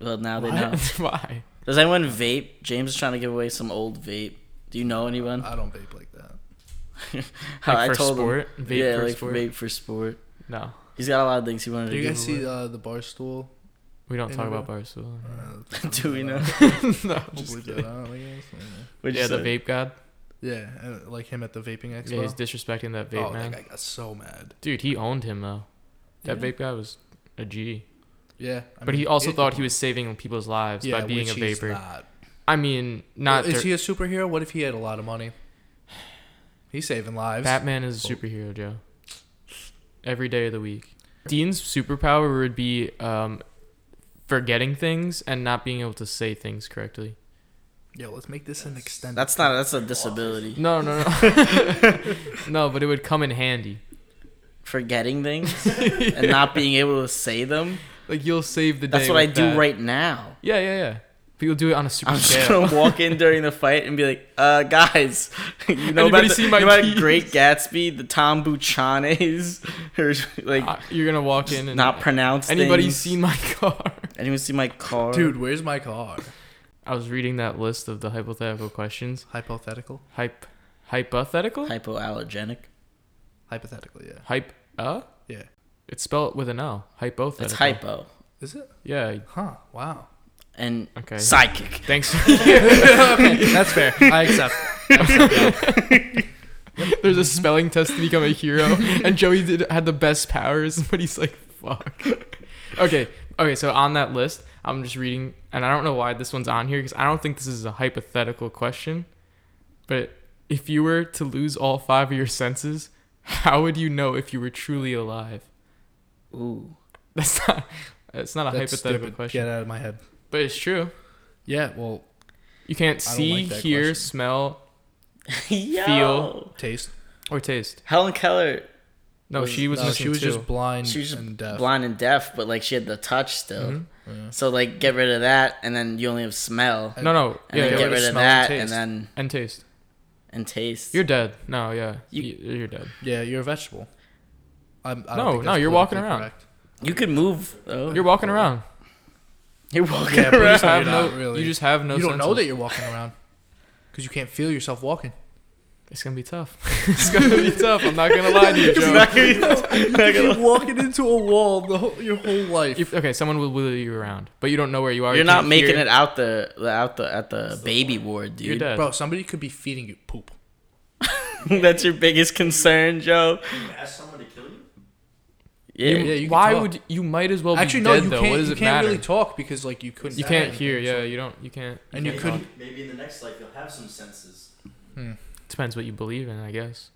Speaker 1: Well, now they know.
Speaker 3: Why?
Speaker 1: Does anyone vape? James is trying to give away some old vape. Do you know anyone?
Speaker 2: I don't vape like that.
Speaker 1: How
Speaker 3: Uh, Like for
Speaker 1: him-
Speaker 3: sport? Vape
Speaker 1: yeah,
Speaker 3: for
Speaker 1: like
Speaker 3: sport?
Speaker 1: vape for sport.
Speaker 3: No,
Speaker 1: He's got a lot of things he wanted
Speaker 2: Do
Speaker 1: to
Speaker 2: you
Speaker 1: give
Speaker 2: guys see uh, the bar stool?
Speaker 3: we don't talk
Speaker 2: Anyway.
Speaker 3: about bars. So.
Speaker 2: Uh,
Speaker 1: Do we know?
Speaker 3: no,
Speaker 2: I'll bleep that out, I guess.
Speaker 1: What'd you
Speaker 3: yeah, the
Speaker 1: say?
Speaker 3: vape god.
Speaker 2: Yeah, uh, like him at the vaping expo.
Speaker 3: Yeah, he's disrespecting that vape
Speaker 2: oh,
Speaker 3: man.
Speaker 2: that guy got so mad.
Speaker 3: Dude, he owned him though. That
Speaker 2: Yeah.
Speaker 3: vape guy was a G.
Speaker 2: Yeah, I
Speaker 3: But
Speaker 2: mean,
Speaker 3: he also
Speaker 2: it-
Speaker 3: thought he was saving people's lives
Speaker 2: yeah,
Speaker 3: by being
Speaker 2: which
Speaker 3: a
Speaker 2: he's
Speaker 3: vapor.
Speaker 2: not.
Speaker 3: I mean, not
Speaker 2: is
Speaker 3: dur-
Speaker 2: he a superhero? What if he had a lot of money? He's saving lives.
Speaker 3: Batman is
Speaker 1: Oh.
Speaker 3: a superhero, Joe. Every day of the week. Dean's superpower would be um, forgetting things and not being able to say things correctly.
Speaker 2: Yo, let's make this an extended.
Speaker 1: That's not. That's a disability.
Speaker 3: No, no, no. no, but it would come in handy.
Speaker 1: Forgetting things and not being able to say them.
Speaker 3: Like you'll save the day.
Speaker 1: That's what I
Speaker 3: with
Speaker 1: do
Speaker 3: that.
Speaker 1: right now.
Speaker 3: Yeah, yeah, yeah. But you'll do it on a super
Speaker 1: I'm just
Speaker 3: scale.
Speaker 1: gonna walk in during the fight and be like, "Uh, guys, you know about
Speaker 3: Anybody
Speaker 1: the,
Speaker 3: seen my
Speaker 1: you know about
Speaker 3: keys?"
Speaker 1: Great Gatsby, the Tom Buchanes, or like
Speaker 3: Uh, You're gonna walk in and
Speaker 1: not pronounce
Speaker 3: Anybody
Speaker 1: things.
Speaker 3: seen my car?
Speaker 1: Anyone see my car,
Speaker 2: Dude, where's my car?
Speaker 3: I was reading that list of the hypothetical questions.
Speaker 2: Hypothetical.
Speaker 3: Hype, hypothetical.
Speaker 1: Hypoallergenic.
Speaker 2: Hypothetical. Yeah.
Speaker 3: Hype. Uh,
Speaker 2: Yeah.
Speaker 3: it's spelled with an L. Hypothetical.
Speaker 1: That's hypo
Speaker 2: Is it?
Speaker 3: Yeah.
Speaker 2: Huh. Wow.
Speaker 1: and
Speaker 3: Okay.
Speaker 1: psychic.
Speaker 3: Thanks.
Speaker 2: That's fair. I accept.
Speaker 3: There's
Speaker 2: Mm-hmm.
Speaker 3: a spelling test to become a hero, and Joey did had the best powers, but he's like, fuck. Okay, okay. So on that list, I'm just reading, and I don't know why this one's on here because I don't think this is a hypothetical question. But if you were to lose all five of your senses, how would you know if you were truly alive?
Speaker 1: Ooh,
Speaker 3: That's not. That's not a
Speaker 2: That's
Speaker 3: hypothetical
Speaker 2: stupid.
Speaker 3: question,
Speaker 2: Get out of my head.
Speaker 3: but it's true.
Speaker 2: Yeah. Well,
Speaker 3: You can't
Speaker 2: I don't
Speaker 3: see,
Speaker 2: like that
Speaker 3: hear,
Speaker 2: question.
Speaker 3: smell,
Speaker 1: Yo.
Speaker 3: Feel.
Speaker 2: taste.
Speaker 3: or taste.
Speaker 1: Helen Keller.
Speaker 3: No,
Speaker 1: Was-
Speaker 3: she was
Speaker 2: No,
Speaker 3: missing
Speaker 2: she was
Speaker 3: two.
Speaker 2: just blind
Speaker 1: She was
Speaker 2: and
Speaker 1: just
Speaker 2: deaf.
Speaker 1: blind and deaf, but like she had the touch still.
Speaker 3: Mm-hmm.
Speaker 1: So like, get rid of that, and then you only have smell.
Speaker 3: no, no.
Speaker 1: And
Speaker 3: Yeah,
Speaker 1: then
Speaker 3: yeah.
Speaker 1: get rid of
Speaker 2: smell and
Speaker 1: that, and
Speaker 2: taste.
Speaker 1: then
Speaker 3: and taste.
Speaker 1: and taste.
Speaker 3: You're dead. No, yeah.
Speaker 1: You-
Speaker 3: You, you're dead.
Speaker 2: Yeah, you're a vegetable. I'm, I
Speaker 3: No,
Speaker 2: don't think
Speaker 3: no,
Speaker 2: that's
Speaker 3: you're walking
Speaker 2: politically
Speaker 3: around.
Speaker 2: correct.
Speaker 1: You could move. Though.
Speaker 3: You're walking around.
Speaker 1: You're walking
Speaker 2: Yeah, but
Speaker 1: around.
Speaker 2: you just
Speaker 3: have
Speaker 2: have
Speaker 3: no-
Speaker 2: no, really.
Speaker 3: you just have no
Speaker 2: You don't know
Speaker 3: senses.
Speaker 2: that you're walking around because you can't feel yourself walking.
Speaker 3: It's gonna be tough. it's gonna be tough. I'm not gonna lie to you, Joe.
Speaker 2: you're walking into a wall the whole, your whole life.
Speaker 3: If, okay, someone will wheel you around, but you don't know where you are.
Speaker 1: You're
Speaker 3: You
Speaker 1: not
Speaker 3: can't
Speaker 1: making
Speaker 3: hear.
Speaker 1: it out the the- out the at the baby ward,
Speaker 3: You're
Speaker 1: dude.
Speaker 3: dead.
Speaker 2: Bro, somebody could be feeding you poop.
Speaker 1: That's your biggest concern, Joe.
Speaker 5: You ask someone to kill you?
Speaker 1: Yeah.
Speaker 2: Yeah, you can
Speaker 3: Why
Speaker 2: talk.
Speaker 3: would you might as well be
Speaker 2: Actually,
Speaker 3: dead
Speaker 2: no, you
Speaker 3: though?
Speaker 2: can't.
Speaker 3: What does
Speaker 2: you
Speaker 3: it
Speaker 2: can't
Speaker 3: matter?
Speaker 2: really talk because like you couldn't.
Speaker 3: you
Speaker 2: say
Speaker 3: can't
Speaker 2: anything,
Speaker 3: hear.
Speaker 2: so-
Speaker 3: Yeah, you don't. You can't.
Speaker 2: and you
Speaker 5: Maybe-
Speaker 2: couldn't.
Speaker 5: Maybe in the next life you'll have some senses.
Speaker 3: Depends what you believe in, I guess.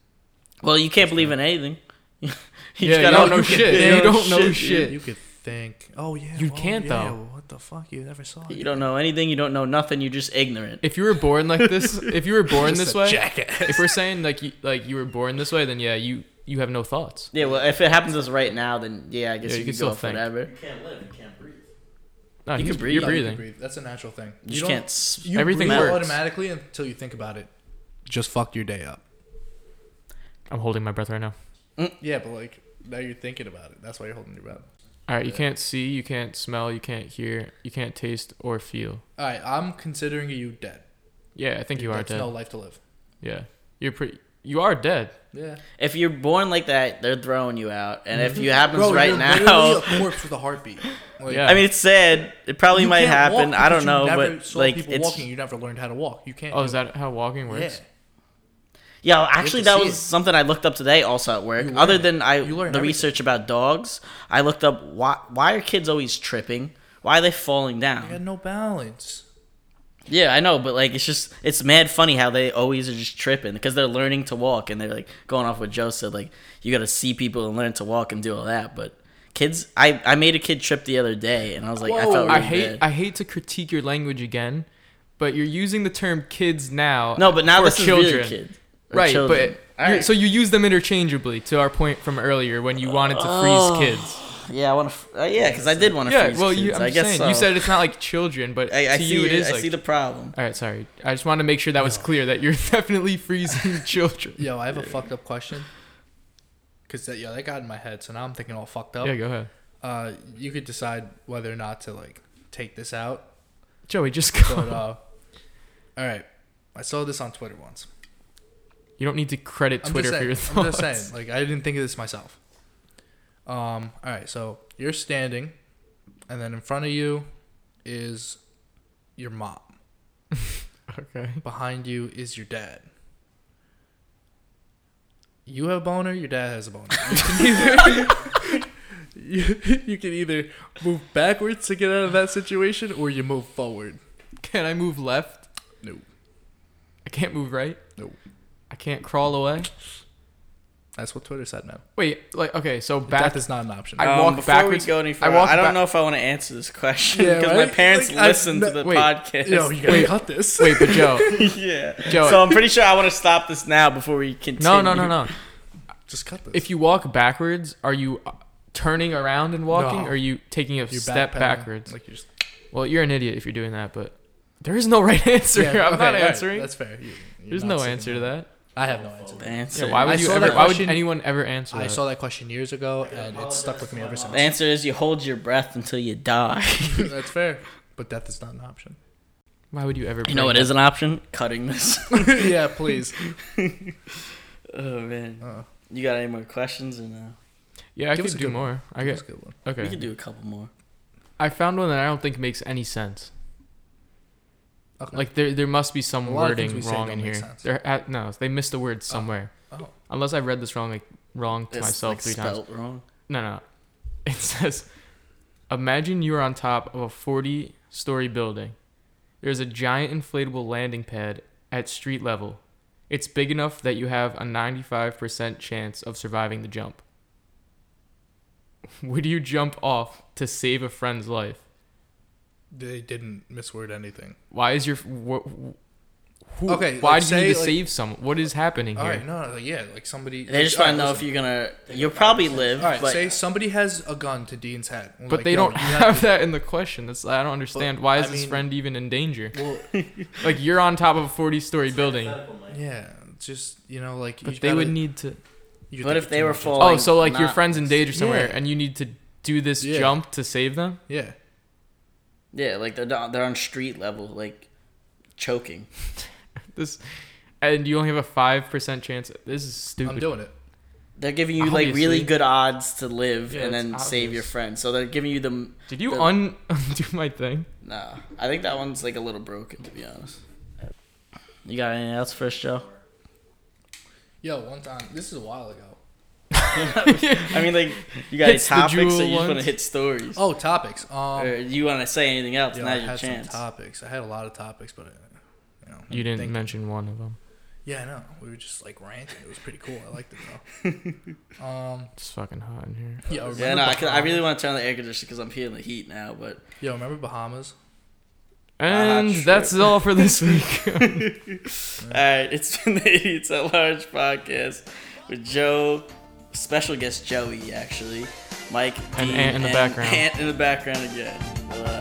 Speaker 1: Well, you can't believe in anything. you
Speaker 3: Yeah, you don't know shit.
Speaker 2: Yeah,
Speaker 3: You don't know
Speaker 2: dude.
Speaker 3: shit.
Speaker 2: You could think. Oh yeah.
Speaker 3: You
Speaker 2: oh,
Speaker 3: can't,
Speaker 2: yeah,
Speaker 3: though.
Speaker 2: What the fuck? You never saw.
Speaker 1: You don't know anything. You don't know nothing. You're just ignorant.
Speaker 3: If you were born like this, if you were born
Speaker 2: Just
Speaker 3: this
Speaker 2: a
Speaker 3: way,
Speaker 2: jackass.
Speaker 3: if we're saying like you like you were born this way, then yeah, you you have no thoughts.
Speaker 1: Yeah, well, if it happens to us right now, then yeah, I guess you,
Speaker 3: Yeah, you can
Speaker 1: can
Speaker 3: still
Speaker 1: go off
Speaker 3: think.
Speaker 1: whatever.
Speaker 5: You can't live, you can't breathe.
Speaker 3: No,
Speaker 1: You
Speaker 3: he's-
Speaker 1: can breathe.
Speaker 3: You're
Speaker 1: Yeah,
Speaker 2: No, you
Speaker 3: breathing.
Speaker 2: can breathe. That's a natural thing.
Speaker 1: You,
Speaker 2: don't-
Speaker 1: can't. s-
Speaker 2: You
Speaker 3: Everything
Speaker 2: breathe
Speaker 3: works.
Speaker 2: automatically until you think about it. Just fucked your day up.
Speaker 3: I'm holding my breath right now.
Speaker 2: Yeah, but like now you're thinking about it. That's why you're holding your breath.
Speaker 3: All right, you can't see, you can't smell, you can't hear, you can't taste or feel.
Speaker 2: All right, I'm considering you dead.
Speaker 3: Yeah, I think you are
Speaker 2: That's
Speaker 3: dead.
Speaker 2: no life to live.
Speaker 3: Yeah, you're pretty. You are dead.
Speaker 2: Yeah,
Speaker 1: If you're born like that, they're throwing you out. And if you happens right
Speaker 2: Mm-hmm. you're
Speaker 1: now,
Speaker 2: literally a corpse with a heartbeat. Like,
Speaker 3: Yeah.
Speaker 1: I mean, it's sad. It probably
Speaker 2: you
Speaker 1: might
Speaker 2: can't
Speaker 1: happen.
Speaker 2: walk
Speaker 1: I
Speaker 2: because
Speaker 1: don't know,
Speaker 2: you never
Speaker 1: but
Speaker 2: saw
Speaker 1: like
Speaker 2: people
Speaker 1: it's
Speaker 2: walking, you never learned how to walk. You can't.
Speaker 3: Oh, is that how walking
Speaker 2: Yeah.
Speaker 3: works?
Speaker 1: Yeah, well, actually,
Speaker 2: to
Speaker 1: that
Speaker 2: see
Speaker 1: was
Speaker 2: it.
Speaker 1: something I looked up today also at work.
Speaker 2: You
Speaker 1: Other
Speaker 2: learn it.
Speaker 1: than I
Speaker 2: You
Speaker 1: the
Speaker 2: learn everything.
Speaker 1: research about dogs, I looked up why why are kids always tripping? Why are they falling
Speaker 2: I got
Speaker 1: down?
Speaker 2: no balance.
Speaker 1: Yeah, I know, but like it's just it's mad funny how they always are just tripping because they're learning to walk and they're like going off what Joe said, like you got to see people and learn to walk and do all that. But kids, I I made a kid trip the other day and I was like, I felt really
Speaker 3: I hate
Speaker 1: bad.
Speaker 3: I hate to critique your language again, but you're using the term kids now.
Speaker 1: no, but now
Speaker 3: for
Speaker 1: this
Speaker 3: children.
Speaker 1: is really kid, or
Speaker 3: Right,
Speaker 1: children.
Speaker 3: but you- so you use them interchangeably to our point from earlier when you wanted to freeze kids.
Speaker 1: yeah, I want to. Uh, yeah, because Oh. I did want to.
Speaker 3: Yeah,
Speaker 1: freeze
Speaker 3: well,
Speaker 1: kids.
Speaker 3: you, I'm
Speaker 1: I guess
Speaker 3: saying
Speaker 1: so.
Speaker 3: you said it's not like children, but
Speaker 1: I, I
Speaker 3: to
Speaker 1: see.
Speaker 3: you it is
Speaker 1: I
Speaker 3: like.
Speaker 1: see the problem.
Speaker 3: all right, sorry. I just wanted to make sure that was clear that you're definitely freezing children.
Speaker 2: Yo, I have a fucked up question. Cause that yo, that got in my head, so now I'm thinking all fucked up.
Speaker 3: Yeah, go ahead.
Speaker 2: Uh, you could decide whether or not to like take this out.
Speaker 3: Joey, just go.
Speaker 2: But uh, all right, I saw this on Twitter once.
Speaker 3: You don't need to credit
Speaker 2: I'm
Speaker 3: Twitter
Speaker 2: just
Speaker 3: for
Speaker 2: saying,
Speaker 3: your thoughts.
Speaker 2: I'm just saying, like I didn't think of this myself. Um, all right, so you're standing, and then in front of you is your mom.
Speaker 3: Okay.
Speaker 2: Behind you is your dad. You have a boner. Your dad has a boner. You can either you, you can either move backwards to get out of that situation, or you move forward.
Speaker 3: Can I move left?
Speaker 2: No,
Speaker 3: I can't move right.
Speaker 2: no.
Speaker 3: I can't crawl away.
Speaker 2: That's what Twitter said. No,
Speaker 3: Wait, like okay, so back
Speaker 2: death is not an option.
Speaker 3: I
Speaker 1: Um,
Speaker 3: walk
Speaker 1: before
Speaker 3: backwards.
Speaker 1: we go any further,
Speaker 3: I
Speaker 1: I,
Speaker 3: walk
Speaker 1: don't
Speaker 3: back-
Speaker 1: know if I want to answer this question
Speaker 2: Yeah,
Speaker 1: because my
Speaker 2: right?
Speaker 1: parents
Speaker 2: Like, I-
Speaker 1: listen
Speaker 2: no-
Speaker 1: to the
Speaker 3: wait.
Speaker 1: podcast.
Speaker 2: Yo, you gotta
Speaker 3: Wait.
Speaker 2: cut this.
Speaker 3: Wait, but Joe,
Speaker 1: yeah.
Speaker 3: Joe-
Speaker 1: So I'm pretty sure I want to stop this now before we continue.
Speaker 3: no, no, no, no.
Speaker 2: just cut this.
Speaker 3: If you walk backwards, are you uh, turning around and walking?
Speaker 2: No.
Speaker 3: Or are you taking a
Speaker 2: You're
Speaker 3: step
Speaker 2: backpedaling,
Speaker 3: backwards?
Speaker 2: like you're just,
Speaker 3: well, you're an idiot if you're doing that, but there is no right answer.
Speaker 2: Yeah,
Speaker 3: I'm
Speaker 2: okay,
Speaker 3: not
Speaker 2: all right,
Speaker 3: answering.
Speaker 2: that's fair. You- you're
Speaker 3: There's
Speaker 2: not
Speaker 3: no
Speaker 2: saying
Speaker 3: answer to that.
Speaker 2: I have no answer. to that.
Speaker 1: Answer.
Speaker 3: Yeah, why
Speaker 2: I
Speaker 3: would you
Speaker 2: saw
Speaker 3: ever?
Speaker 2: that
Speaker 3: Why would
Speaker 2: question-
Speaker 3: anyone ever answer that?
Speaker 2: I saw that question years ago, and it's stuck with me ever
Speaker 1: The
Speaker 2: since.
Speaker 1: answer is you hold your breath until you die.
Speaker 2: That's fair, but death is not an option.
Speaker 3: why would you ever?
Speaker 1: you know
Speaker 3: bring
Speaker 1: what
Speaker 3: that-
Speaker 1: is an option? Cutting this.
Speaker 2: yeah, please.
Speaker 1: oh man.
Speaker 3: Uh.
Speaker 2: Uh-uh.
Speaker 1: You got any more questions or no?
Speaker 3: Yeah, I
Speaker 2: Give us a
Speaker 3: could do
Speaker 2: good one.
Speaker 3: more. I
Speaker 2: That's
Speaker 3: guess.
Speaker 2: a good one.
Speaker 1: We
Speaker 3: Okay.
Speaker 1: could do a couple more.
Speaker 3: Oh, I found one that I don't think makes any sense.
Speaker 2: Okay.
Speaker 3: Like there, there must be some
Speaker 2: A lot of things
Speaker 3: wording
Speaker 2: we say
Speaker 3: wrong
Speaker 2: don't
Speaker 3: in
Speaker 2: make
Speaker 3: here.
Speaker 2: sense.
Speaker 3: There, ha- no, they missed a word somewhere.
Speaker 2: oh.
Speaker 3: Unless I read this wrong, like wrong to
Speaker 1: It's,
Speaker 3: myself
Speaker 1: like,
Speaker 3: three times.
Speaker 1: spelt wrong.
Speaker 3: No, no. It says, imagine you are on top of a 40-story building. There's a giant inflatable landing pad at street level. It's big enough that you have a 95% chance of surviving the jump. Would you jump off to save a friend's life?
Speaker 2: They didn't misword anything.
Speaker 3: Why is your wh- wh- who,
Speaker 2: Okay,
Speaker 3: Why
Speaker 2: like,
Speaker 3: do you need
Speaker 2: say,
Speaker 3: to
Speaker 2: like-
Speaker 3: save someone? What is happening
Speaker 2: All
Speaker 3: here?
Speaker 2: right, no, no, like, yeah, like somebody.
Speaker 1: They just
Speaker 2: all
Speaker 1: want to
Speaker 2: right,
Speaker 1: know if
Speaker 2: listen.
Speaker 1: you're gonna. You'll probably live,
Speaker 2: All right,
Speaker 1: but
Speaker 2: say somebody has a gun to Dean's head. We're
Speaker 3: But
Speaker 2: like,
Speaker 3: they
Speaker 2: yo,
Speaker 3: don't
Speaker 2: you
Speaker 3: have that in the question. That's I don't understand. Why is
Speaker 2: I
Speaker 3: this
Speaker 2: mean-
Speaker 3: friend even in danger?
Speaker 2: to- well,
Speaker 3: Like you're on top of a 40-story building,
Speaker 2: yeah, it's just you know, like.
Speaker 3: but
Speaker 2: you
Speaker 3: they
Speaker 2: gotta-
Speaker 3: would need to.
Speaker 2: you
Speaker 1: But
Speaker 2: think
Speaker 1: if they
Speaker 2: too
Speaker 1: were
Speaker 2: much.
Speaker 1: full-
Speaker 3: Oh,
Speaker 1: like,
Speaker 3: so like your
Speaker 1: not-
Speaker 3: friend's in danger somewhere,
Speaker 2: Yeah.
Speaker 3: and you need to do this
Speaker 2: Yeah.
Speaker 3: jump to save them.
Speaker 2: yeah,
Speaker 1: yeah, like they're down, they're on street level, like choking.
Speaker 3: This, and you only have a five percent chance. This is stupid.
Speaker 2: I'm doing it.
Speaker 1: They're giving you like really
Speaker 3: Obviously.
Speaker 1: good odds to live
Speaker 3: Yeah,
Speaker 1: and
Speaker 3: it's
Speaker 1: then save
Speaker 3: obvious.
Speaker 1: your friend. So they're giving you the m-
Speaker 3: Did you
Speaker 1: the-
Speaker 3: un undo my thing?
Speaker 1: Nah, I think that one's like a little broken to be honest. You got anything else for us, Joe?
Speaker 2: Yo, one time, this is a while ago.
Speaker 1: I mean, like you got any
Speaker 3: Hits the
Speaker 1: topics, or you
Speaker 3: jewel
Speaker 1: just want to
Speaker 3: ones.
Speaker 1: hit stories,
Speaker 2: Oh, topics. Um,
Speaker 1: or you want to say anything else?
Speaker 2: yo, I
Speaker 1: Now's your
Speaker 2: had
Speaker 1: chance.
Speaker 2: some topics. I had a lot of topics, but I, you know,
Speaker 3: You didn't
Speaker 2: think-
Speaker 3: mention one of them.
Speaker 2: Yeah, I know. We were just like ranting. It was pretty cool. I liked it though. um,
Speaker 3: It's fucking hot in here.
Speaker 2: yo, remember
Speaker 1: yeah, no, I, could- I
Speaker 2: Bahamas?
Speaker 1: really want to turn on the air conditioner because I'm feeling the heat now. But
Speaker 2: Yo, remember Bahamas?
Speaker 3: And
Speaker 1: shit.
Speaker 3: that's all for this week.
Speaker 1: all right, it's been the Idiots at Large podcast with Joe, special guest Joey actually, Mike,
Speaker 3: And
Speaker 1: Dean,
Speaker 3: Ant in the background.
Speaker 1: Ant in the background again. Uh,